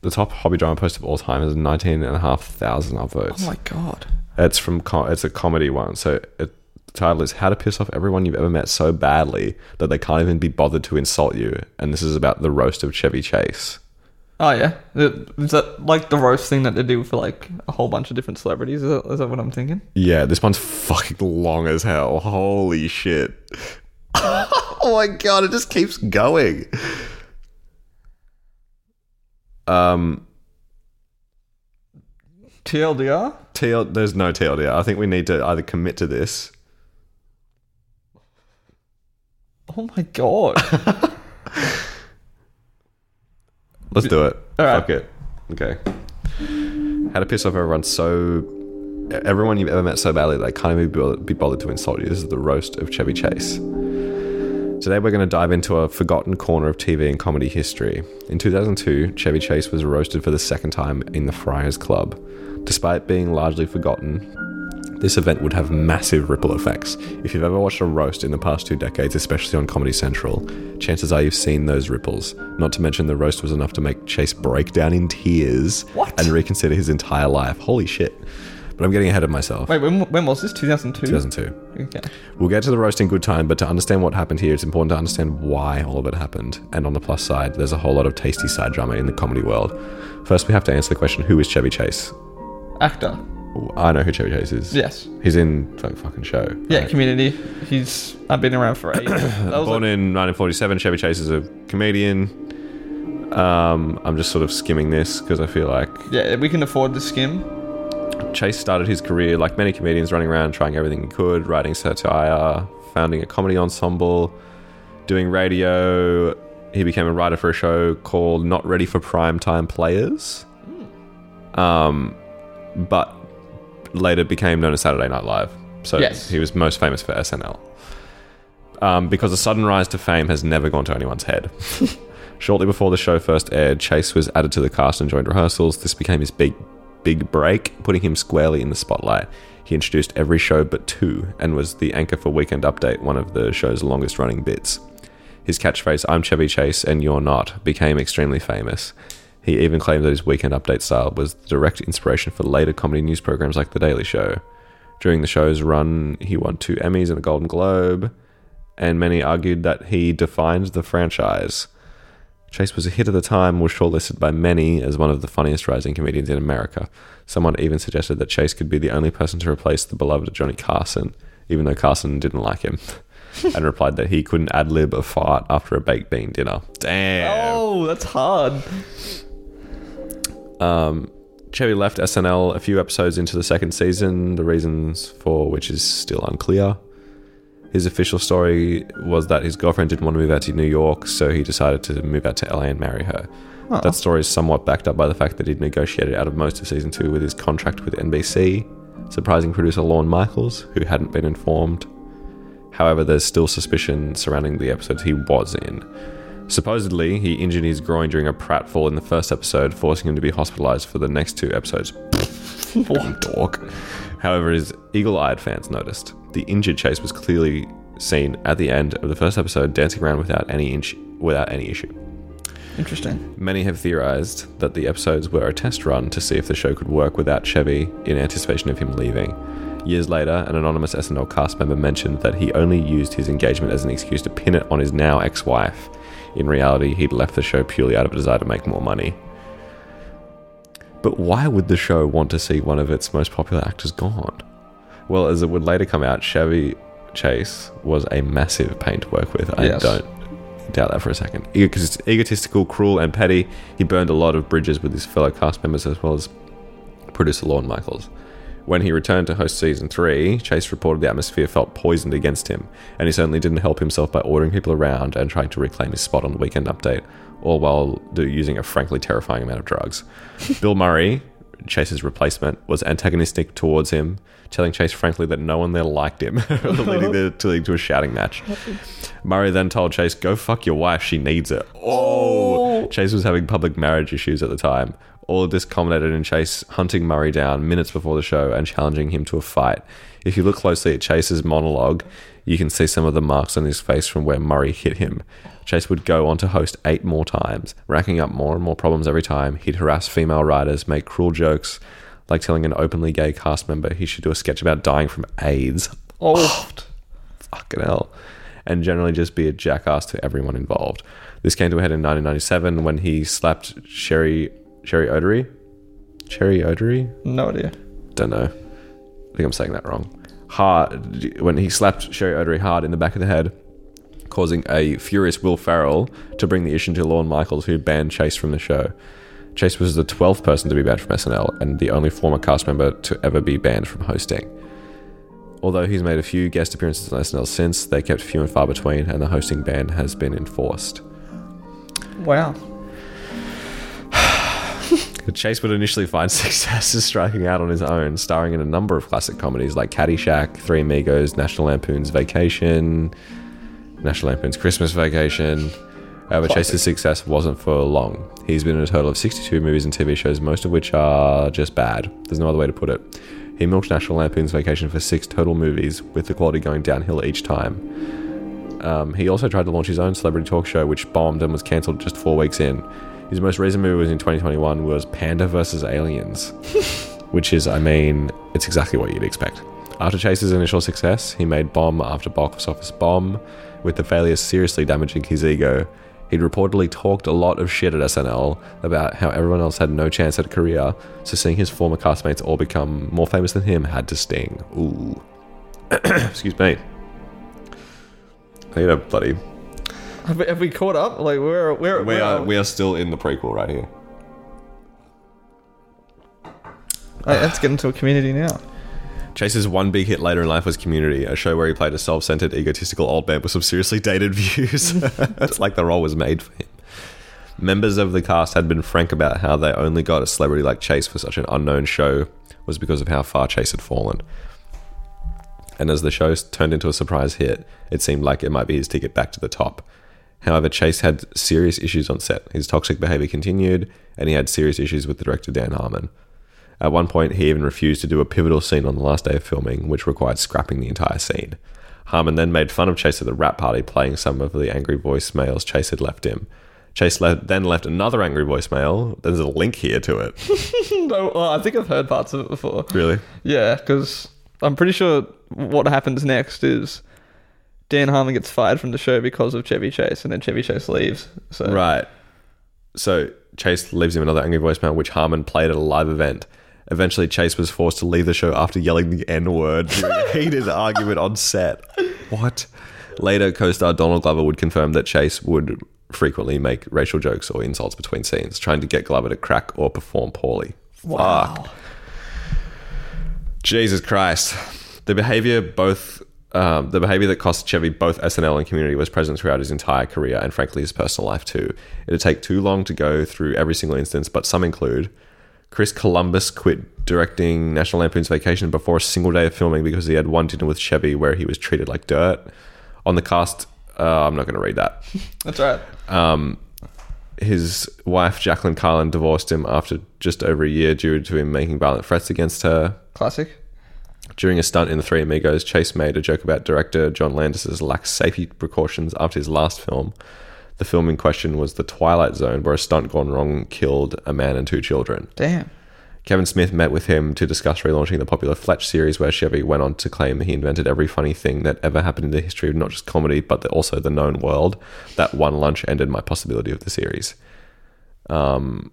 Speaker 2: The top hobby drama post of all time has 19,500 upvotes.
Speaker 3: Oh my god.
Speaker 2: it's from co- it's a comedy one. So it, the title is How to Piss Off Everyone You've Ever Met So Badly That They Can't Even Be Bothered to Insult You. And this is about the roast of Chevy Chase.
Speaker 3: Oh yeah, is that like the roast thing that they do for like a whole bunch of different celebrities? Is that, is that what I'm thinking?
Speaker 2: Yeah, this one's fucking long as hell. Holy shit. <laughs> oh my god, it just keeps going. Um
Speaker 3: TLDR?
Speaker 2: TL, there's no TLDR. I think we need to either commit to this.
Speaker 3: Oh my
Speaker 2: <laughs>
Speaker 3: god.
Speaker 2: Let's do it.
Speaker 3: All right.
Speaker 2: Fuck it. Okay. How to piss off everyone so everyone you've ever met so badly that they can't even be bothered, be bothered to insult you. This is the roast of Chevy Chase. Today we're going to dive into a forgotten corner of TV and comedy history. In 2002, Chevy Chase was roasted for the second time in the Friars Club. Despite being largely forgotten, this event would have massive ripple effects. If you've ever watched a roast in the past two decades, especially on Comedy Central, chances are you've seen those ripples. Not to mention, the roast was enough to make Chase break down in tears
Speaker 3: What?
Speaker 2: and reconsider his entire life. Holy shit. But I'm getting ahead of myself.
Speaker 3: Wait, when, when was this? 2002?
Speaker 2: 2002.
Speaker 3: Okay.
Speaker 2: We'll get to the roast in good time, but to understand what happened here, it's important to understand why all of it happened. And on the plus side, there's a whole lot of tasty side drama in the comedy world. First, we have to answer the question who is Chevy Chase?
Speaker 3: Actor.
Speaker 2: Ooh, I know who Chevy Chase is.
Speaker 3: Yes.
Speaker 2: He's in like fucking show.
Speaker 3: Yeah,
Speaker 2: right?
Speaker 3: community. He's. I've been
Speaker 2: <coughs>
Speaker 3: around for ages. That was
Speaker 2: Born
Speaker 3: like-
Speaker 2: in 1947, Chevy Chase is a comedian. Um, I'm just sort of skimming this because I feel like
Speaker 3: yeah, we can afford to skim.
Speaker 2: Chase started his career like many comedians, running around trying everything he could, writing satire, founding a comedy ensemble, doing radio. He became a writer for a show called Not Ready for Primetime Players, um, but later became known as Saturday Night Live. So
Speaker 3: Yes.
Speaker 2: he was most famous for SNL. Um, because a sudden rise to fame has never gone to anyone's head. Shortly before the show first aired, Chase was added to the cast and joined rehearsals. This became his big, big break, putting him squarely in the spotlight. He introduced every show but two and was the anchor for Weekend Update, one of the show's longest running bits. His catchphrase, I'm Chevy Chase and you're not, became extremely famous. He even claimed that his Weekend Update style was the direct inspiration for later comedy news programs like The Daily Show. During the show's run, he won two Emmys and a Golden Globe, and many argued that he defined the franchise. Chase was a hit at the time, was shortlisted by many as one of the funniest rising comedians in America. Someone even suggested that Chase could be the only person to replace the beloved Johnny Carson, even though Carson didn't like him, <laughs> and replied that he couldn't ad lib a fart after a baked bean dinner. Damn.
Speaker 3: Oh, that's hard.
Speaker 2: Chevy left SNL a few episodes into the second season, the reasons for which is still unclear. His official story was that his girlfriend didn't want to move out to New York, so he decided to move out to LA and marry her. That story is somewhat backed up by the fact that he'd negotiated out of most of season two with his contract with NBC, surprising producer Lorne Michaels, who hadn't been informed. However, there's still suspicion surrounding the episodes he was in. Supposedly, he injured his groin during a pratfall in the first episode, forcing him to be hospitalized for the next two episodes. Fucking dork. However, his eagle eyed fans noticed. The injured Chase was clearly seen at the end of the first episode dancing around without any inch without any issue.
Speaker 3: Interesting.
Speaker 2: Many have theorized that the episodes were a test run to see if the show could work without Chevy in anticipation of him leaving. Years later, an anonymous SNL cast member mentioned that he only used his engagement as an excuse to pin it on his now ex wife. In reality, he'd left the show purely out of a desire to make more money. But why would the show want to see one of its most popular actors gone? Well, as it would later come out, Chevy Chase was a massive pain to work with. I
Speaker 3: Yes.
Speaker 2: don't doubt that for a second. Because it's egotistical, cruel, and petty. He burned a lot of bridges with his fellow cast members as well as producer Lorne Michaels. When he returned to host season three, Chase reported the atmosphere felt poisoned against him, and he certainly didn't help himself by ordering people around and trying to reclaim his spot on the weekend update, all while do- using a frankly terrifying amount of drugs. Bill Murray, Chase's replacement, was antagonistic towards him, telling Chase frankly that no one there liked him, <laughs> leading the, to, leading to a shouting match. Murray then told Chase, Go fuck your wife, she needs it. Oh! Chase was having public marriage issues at the time. All of this culminated in Chase hunting Murray down minutes before the show and challenging him to a fight. If you look closely at Chase's monologue, you can see some of the marks on his face from where Murray hit him. Chase would go on to host eight more times, racking up more and more problems every time. He'd harass female writers, make cruel jokes, like telling an openly gay cast member he should do a sketch about dying from AIDS
Speaker 3: Oh,
Speaker 2: fucking hell, and generally just be a jackass to everyone involved. This came to a head in 1997 when he slapped Sherry Sherry Odery. Cherry Odery?
Speaker 3: no idea.
Speaker 2: Don't know. I think I'm saying that wrong. Hard when he slapped Sherry Odery hard in the back of the head, causing a furious Will Farrell to bring the issue to Lorne Michaels, who banned Chase from the show. Chase was the 12th person to be banned from SNL and the only former cast member to ever be banned from hosting. Although he's made a few guest appearances on SNL since, they kept few and far between, and the hosting ban has been enforced.
Speaker 3: Wow.
Speaker 2: Chase would initially find <laughs> success as striking out on his own, starring in a number of classic comedies like Caddyshack, Three Amigos, National Lampoon's Vacation, National Lampoon's Christmas Vacation. However, Chase's success wasn't for long. He's been in a total of 62 movies and TV shows, most of which are just bad. There's no other way to put it. He milked National Lampoon's Vacation for six total movies, with the quality going downhill each time. Um, he also tried to launch his own celebrity talk show, which bombed and was cancelled just four weeks in. His most recent movie was in 2021 was Panda vs. Aliens, which is, I mean, it's exactly what you'd expect. After Chase's initial success, he made bomb after box office bomb, with the failure seriously damaging his ego. He'd reportedly talked a lot of shit at SNL about how everyone else had no chance at a career, so seeing his former castmates all become more famous than him had to sting. Ooh. <coughs> Excuse me. I need a bloody
Speaker 3: Have we, have we caught up? Like we're we're
Speaker 2: we
Speaker 3: we're-
Speaker 2: are we are still in the prequel right here.
Speaker 3: Like, let's get into a community now.
Speaker 2: Chase's one big hit later in life was Community, a show where he played a self-centered, egotistical old man with some seriously dated <laughs> views. That's like the role was made for him. Members of the cast had been frank about how they only got a celebrity like Chase for such an unknown show was because of how far Chase had fallen. and as the show turned into a surprise hit, it seemed like it might be his ticket back to the top. However, Chase had serious issues on set. His toxic behavior continued, and he had serious issues with director Dan Harmon. At one point, he even refused to do a pivotal scene on the last day of filming, which required scrapping the entire scene. Harmon then made fun of Chase at the rap party, playing some of the angry voicemails Chase had left him. Chase le- then left another angry voicemail. There's a link here to it. <laughs>
Speaker 3: No, oh, I think I've heard parts of it before.
Speaker 2: really?
Speaker 3: Yeah, because I'm pretty sure what happens next is Dan Harmon gets fired from the show because of Chevy Chase, and then Chevy Chase leaves. So
Speaker 2: Right. So Chase leaves him another angry voicemail, which Harmon played at a live event. Eventually, Chase was forced to leave the show after yelling the N word during a heated argument on set. What? Later, co star Donald Glover would confirm that Chase would frequently make racial jokes or insults between scenes, trying to get Glover to crack or perform poorly. Fuck. Jesus Christ. The behavior both um, the behavior that cost Chevy both SNL and community was present throughout his entire career and frankly his personal life too. It'd take too long to go through every single instance, but some include Chris Columbus quit directing National Lampoon's Vacation before a single day of filming because he had one dinner with Chevy where he was treated like dirt. On the cast, uh, I'm not going to read that
Speaker 3: that's right.
Speaker 2: his wife Jacqueline Carlin divorced him after just over a year due to him making violent threats against her.
Speaker 3: Classic.
Speaker 2: During a stunt in The Three Amigos, Chase made a joke about director John Landis's lax safety precautions after his last film. The film in question was The Twilight Zone, where a stunt gone wrong killed a man and two children.
Speaker 3: Damn.
Speaker 2: Kevin Smith met with him to discuss relaunching the popular Fletch series, where Chevy went on to claim he invented every funny thing that ever happened in the history of not just comedy, but the, also the known world. That one lunch ended my possibility of the series. Um,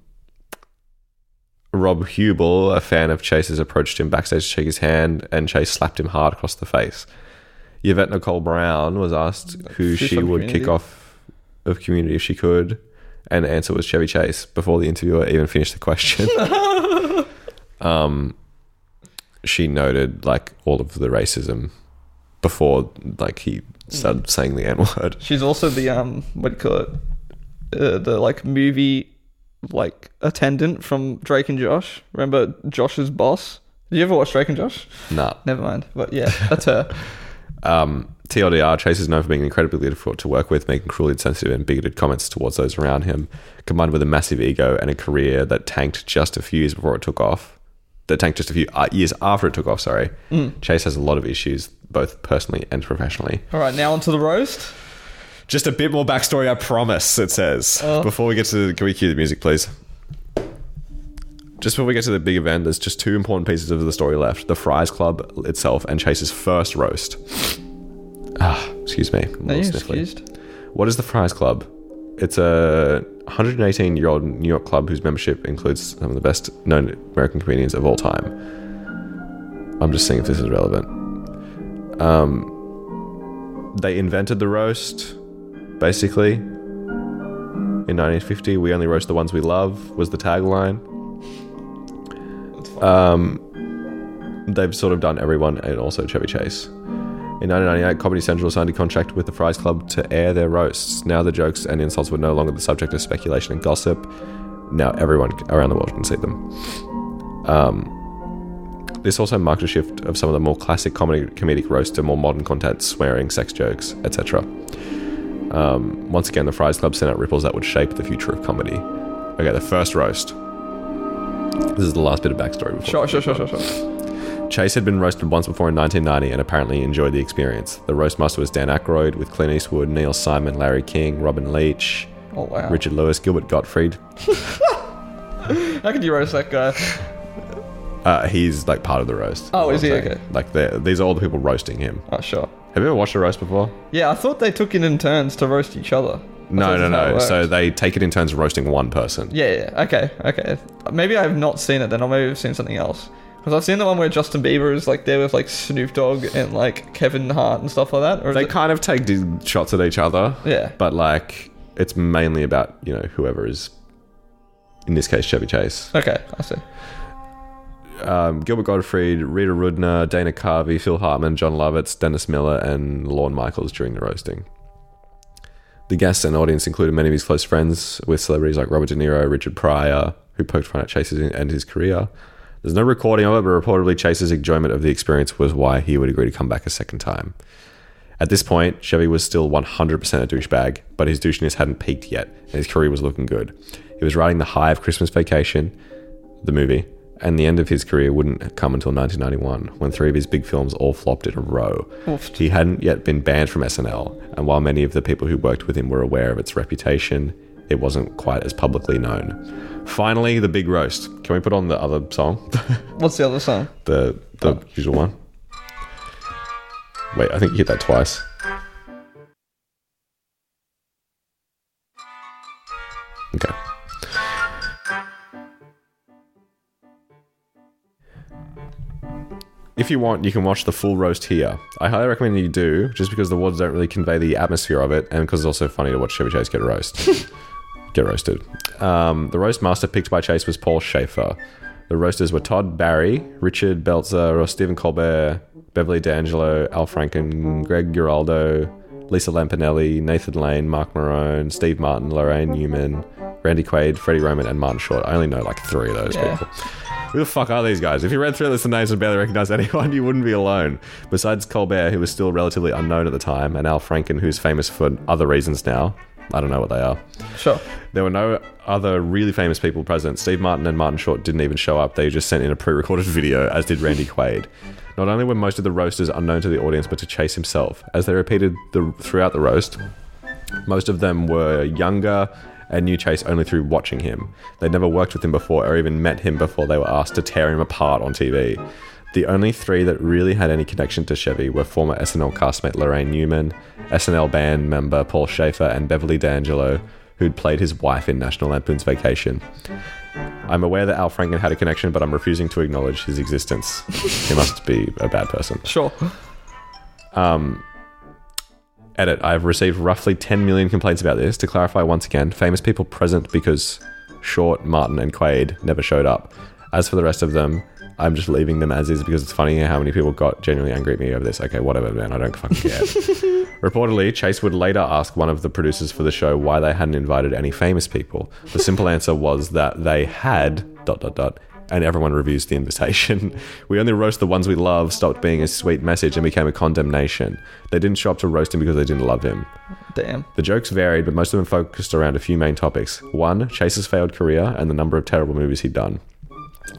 Speaker 2: Rob Hubel, a fan of Chase's, approached him backstage to shake his hand, and Chase slapped him hard across the face. Yvette Nicole Brown was asked who
Speaker 3: She's
Speaker 2: she
Speaker 3: from
Speaker 2: would kick
Speaker 3: Community.
Speaker 2: off of community if she could, and the answer was Chevy Chase before the interviewer even finished the question. she noted like all of the racism before like he started saying the N word.
Speaker 3: She's also the um, what do you call it? Uh, the like movie like attendant from Drake and Josh. Remember Josh's boss? Did you ever watch Drake and Josh?
Speaker 2: Nah.
Speaker 3: Never mind. But yeah,
Speaker 2: <laughs>
Speaker 3: that's her.
Speaker 2: Um, TLDR, Chase is known for being incredibly difficult to work with, making cruelly insensitive and bigoted comments towards those around him, combined with a massive ego and a career that tanked just a few years before it took off. That tanked just a few uh, years after it took off, sorry. Chase has a lot of issues, both personally and professionally.
Speaker 3: All right, now onto the roast.
Speaker 2: Just a bit more backstory, I promise, it says. Before we get to the. Can we cue the music, please? Just before we get to the big event, there's just two important pieces of the story left the Fries Club itself and Chase's first roast. Ah, excuse me. I'm a
Speaker 3: Are
Speaker 2: little
Speaker 3: you
Speaker 2: sniffly.
Speaker 3: excused?
Speaker 2: What is the Fries Club? It's a 118 year old New York club whose membership includes some of the best known American comedians of all time. I'm just seeing if this is relevant. Um, they invented the roast, basically. in 1950. We only roast the ones we love was the tagline. Um, they've sort of done everyone and also Chevy Chase. In 1998, Comedy Central signed a contract with the Fries Club to air their roasts. Now the jokes and insults were no longer the subject of speculation and gossip. Now everyone around the world can see them. Um, This also marked a shift of some of the more classic comedy comedic roasts to more modern content, swearing, sex jokes, etc. Um, once again, the Fries Club sent out ripples that would shape the future of comedy. Okay, the first roast. This is the last bit of backstory. Before
Speaker 3: Sure, sure, sure, sure, sure.
Speaker 2: Chase had been roasted once before in 1990 and apparently enjoyed the experience. The roast master was Dan Aykroyd with Clint Eastwood, Neil Simon, Larry King, Robin Leach,
Speaker 3: Oh wow.
Speaker 2: Richard Lewis, Gilbert Gottfried.
Speaker 3: How could you roast that guy?
Speaker 2: Uh, he's like part of the roast.
Speaker 3: Oh,
Speaker 2: what
Speaker 3: is
Speaker 2: I'm
Speaker 3: he?
Speaker 2: saying.
Speaker 3: Okay.
Speaker 2: Like they're- these are all the people roasting him.
Speaker 3: Oh sure.
Speaker 2: Have you ever watched a roast before?
Speaker 3: Yeah, I thought they took it in turns to roast each other. I
Speaker 2: No, no,
Speaker 3: thought that's how it
Speaker 2: no.
Speaker 3: worked.
Speaker 2: So they take it in terms of roasting one person.
Speaker 3: yeah, yeah. Okay, okay. Maybe I've not seen it then, or maybe I've seen something else. Because I've seen the one where Justin Bieber is like there with like Snoop Dogg and like Kevin Hart and stuff like that. Or is
Speaker 2: They
Speaker 3: it-
Speaker 2: kind of take d- shots at each other.
Speaker 3: Yeah.
Speaker 2: But like, it's mainly about you know whoever is, in this case, Chevy Chase,
Speaker 3: Okay, I see.
Speaker 2: um, Gilbert Gottfried, Rita Rudner, Dana Carvey, Phil Hartman, John Lovitz, Dennis Miller, and Lorne Michaels during the roasting. The guests and audience included many of his close friends, with celebrities like Robert De Niro, Richard Pryor, who poked fun at Chase's and his career. There's no recording of it, but reportedly Chase's enjoyment of the experience was why he would agree to come back a second time. At this point, Chevy was still 100% a douchebag, but his douchiness hadn't peaked yet, and his career was looking good. He was riding the high of Christmas Vacation, the movie, and the end of his career wouldn't come until 1991, when three of his big films all flopped in a row. He hadn't yet been banned from SNL, and while many of the people who worked with him were aware of its reputation, it wasn't quite as publicly known. Finally, the big roast. Can we put on the other song? <laughs>
Speaker 3: What's the other song?
Speaker 2: the the usual one. Wait, I think you hit that twice. Okay. If you want, you can watch the full roast here. I highly recommend you do, just because the words don't really convey the atmosphere of it, and because it's also funny to watch Chevy Chase get roast <laughs> get roasted. Um, the roast master picked by Chase was Paul Schaefer. The roasters were Todd Barry, Richard Belzer, or Stephen Colbert, Beverly D'Angelo, Al Franken, Greg Giraldo, Lisa Lampanelli, Nathan Lane, Mark Marone, Steve Martin, Lorraine Newman, Randy Quaid, Freddie Roman, and Martin Short. I only know like three of those
Speaker 3: Yeah.
Speaker 2: people. Who the fuck are these guys? If you read through this and names and barely recognize <laughs> anyone, you wouldn't be alone. Besides Colbert, who was still relatively unknown at the time, and Al Franken, who's famous for other reasons now. I don't know what they are.
Speaker 3: Sure.
Speaker 2: There were no other really famous people present. Steve Martin and Martin Short didn't even show up. They just sent in a pre recorded <laughs> video, as did Randy Quaid. Not only were most of the roasters unknown to the audience, but to Chase himself. As they repeated the, throughout the roast, most of them were younger and knew Chase only through watching him. They'd never worked with him before or even met him before they were asked to tear him apart on TV. The only three that really had any connection to Chevy were former SNL castmate Lorraine Newman, SNL band member Paul Schaefer, and Beverly D'Angelo, who'd played his wife in National Lampoon's Vacation. I'm aware that Al Franken had a connection, but I'm refusing to acknowledge his existence. he must be a bad person.
Speaker 3: Sure.
Speaker 2: Edit. I've received roughly 10 million complaints about this. To clarify once again, famous people present because Short, Martin, and Quaid never showed up. As for the rest of them, I'm just leaving them as is because it's funny how many people got genuinely angry at me over this. Okay, whatever, man. I don't fucking care. Reportedly, Chase would later ask one of the producers for the show why they hadn't invited any famous people. The simple answer was that they had dot dot dot and everyone refused the invitation. <laughs> We only roast the ones we love stopped being a sweet message and became a condemnation. They didn't show up to roast him because they didn't love him.
Speaker 3: Damn.
Speaker 2: <laughs> The jokes varied, but most of them focused around a few main topics. One, Chase's failed career and the number of terrible movies he'd done.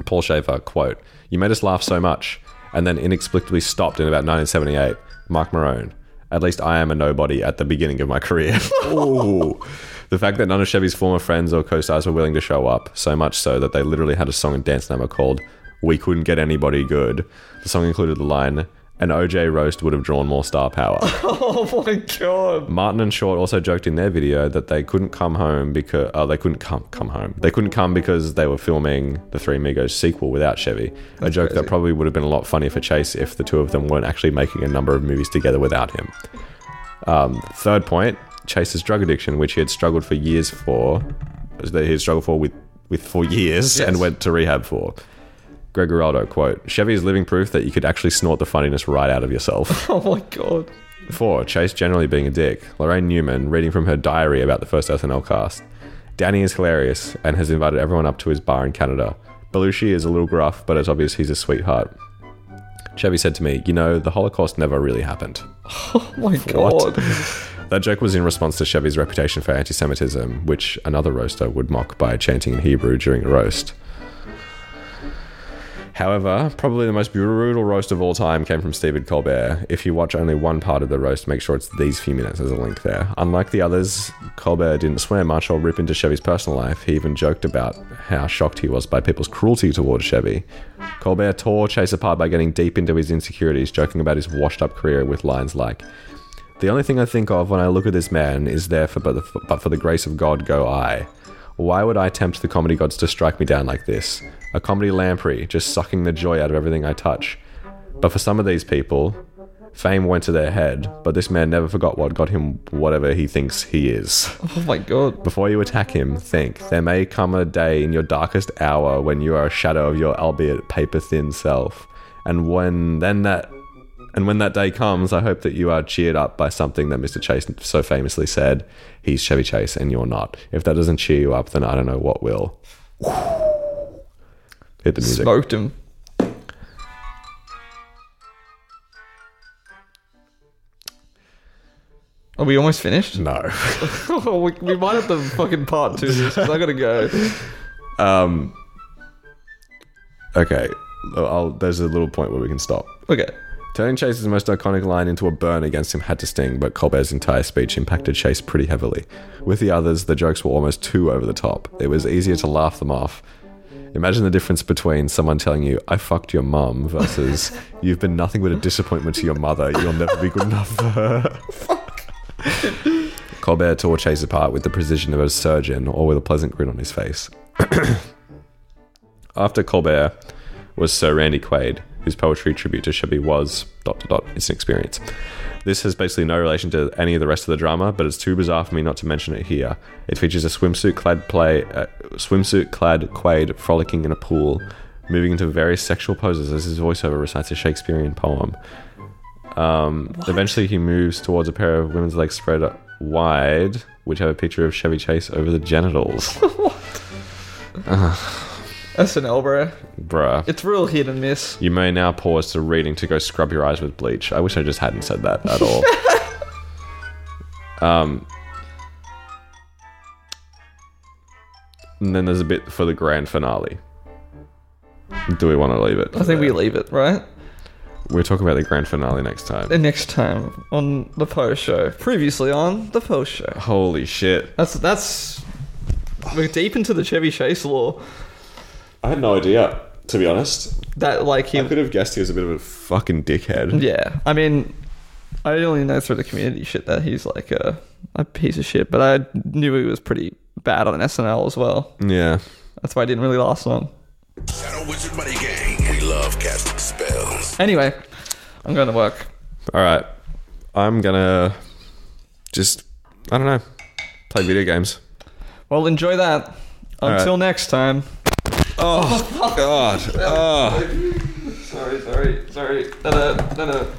Speaker 2: Paul Schaefer, quote, You made us laugh so much, and then inexplicably stopped in about 1978. Mark Marone, at least I am a nobody at the beginning of my career. <laughs> Ooh. The fact that none of Chevy's former friends or co stars were willing to show up, so much so that they literally had a song and dance number called We Couldn't Get Anybody Good. The song included the line, An OJ roast would have drawn more star power.
Speaker 3: Oh my god.
Speaker 2: Martin and Short also joked in their video that they couldn't come home because oh, they couldn't come come home. They couldn't come because they were filming the Three Amigos sequel without Chevy. a joke that probably would have been a lot funnier for Chase if the two of them weren't actually making a number of movies together without him. Um, third point, Chase's drug addiction, which he had struggled for years for, that he had struggled for with, with for years
Speaker 3: Yes.
Speaker 2: and went to rehab for. Greg Giraldo, quote, Chevy is living proof that you could actually snort the funniness right out of yourself. <laughs>
Speaker 3: Oh my god.
Speaker 2: Four, Chase generally being a dick. Lorraine Newman reading from her diary about the first SNL cast. Danny is hilarious and has invited everyone up to his bar in Canada. Belushi is a little gruff, but it's obvious he's a sweetheart. Chevy said to me, You know, the Holocaust never really happened.
Speaker 3: Oh my
Speaker 2: What?
Speaker 3: god.
Speaker 2: That joke was in response to Chevy's reputation for anti Semitism, which another roaster would mock by chanting in Hebrew during a roast. However, probably the most brutal roast of all time came from Stephen Colbert. If you watch only one part of the roast, make sure it's these few minutes. There's a link there. Unlike the others, Colbert didn't swear much or rip into Chevy's personal life. He even joked about how shocked he was by people's cruelty towards Chevy. Colbert tore Chase apart by getting deep into his insecurities, joking about his washed up career with lines like, the only thing I think of when I look at this man is there for but, the, but for the grace of God go I. Why would I tempt the comedy gods to strike me down like this? A comedy lamprey, just sucking the joy out of everything I touch. But for some of these people, fame went to their head, but this man never forgot what got him whatever he thinks he is.
Speaker 3: Oh my god.
Speaker 2: Before you attack him, think there may come a day in your darkest hour when you are a shadow of your albeit paper thin self. And when then that and when that day comes, I hope that you are cheered up by something that Mr. Chase so famously said, he's Chevy Chase and you're not. If that doesn't cheer you up, then I don't know what will. Hit the music.
Speaker 3: Smoked him. Are we almost finished?
Speaker 2: No.
Speaker 3: <laughs>
Speaker 2: <laughs>
Speaker 3: Oh, we, we might have to fucking part two this 'cause I gotta go.
Speaker 2: um Okay. I'll, there's a little point where we can stop.
Speaker 3: Okay.
Speaker 2: Turning Chase's most iconic line into a burn against him had to sting, but Colbert's entire speech impacted Chase pretty heavily. With the others, the jokes were almost too over the top. It was easier to laugh them off. Imagine the difference between someone telling you, I fucked your mum, versus, you've been nothing but a disappointment to your mother, you'll never be good enough for her. Colbert tore Chase apart with the precision of a surgeon or with a pleasant grin on his face. <clears throat> After Colbert was Sir Randy Quaid, whose poetry tribute to Chevy was dot dot dot. It's an experience. This has basically no relation to any of the rest of the drama, but it's too bizarre for me not to mention it here. It features a swimsuit-clad play, uh, swimsuit-clad Quaid frolicking in a pool, moving into various sexual poses as his voiceover recites a Shakespearean poem. Um, eventually, he moves towards a pair of women's legs spread wide, which have a picture of Chevy Chase over the genitals.
Speaker 3: SNL, bro.
Speaker 2: Bruh.
Speaker 3: It's real hit and miss.
Speaker 2: You may now pause to reading to go scrub your eyes with bleach. I wish I just hadn't said that at all. um, and then there's a bit for the grand finale. Do we want to leave it?
Speaker 3: I think we leave it, right?
Speaker 2: We're talking about the grand finale next time.
Speaker 3: And next time on the post show. Previously on the post show.
Speaker 2: Holy shit!
Speaker 3: That's that's we're deep into the Chevy Chase law.
Speaker 2: I had no idea, to be honest.
Speaker 3: That like
Speaker 2: I
Speaker 3: him
Speaker 2: could have guessed he was a bit of a fucking dickhead.
Speaker 3: Yeah, I mean, I only know through the community shit that he's like a, a piece of shit, but I knew he was pretty bad on SNL as well.
Speaker 2: Yeah.
Speaker 3: That's why I didn't really last long.
Speaker 4: Shadow Wizard Money Gang. We love casting spells.
Speaker 3: Anyway, I'm going to work.
Speaker 2: All right. I'm gonna just I don't know play video games.
Speaker 3: Well, enjoy that.
Speaker 2: right.
Speaker 3: Until next time.
Speaker 2: God.
Speaker 3: Sorry, sorry, sorry. No, no, no, no.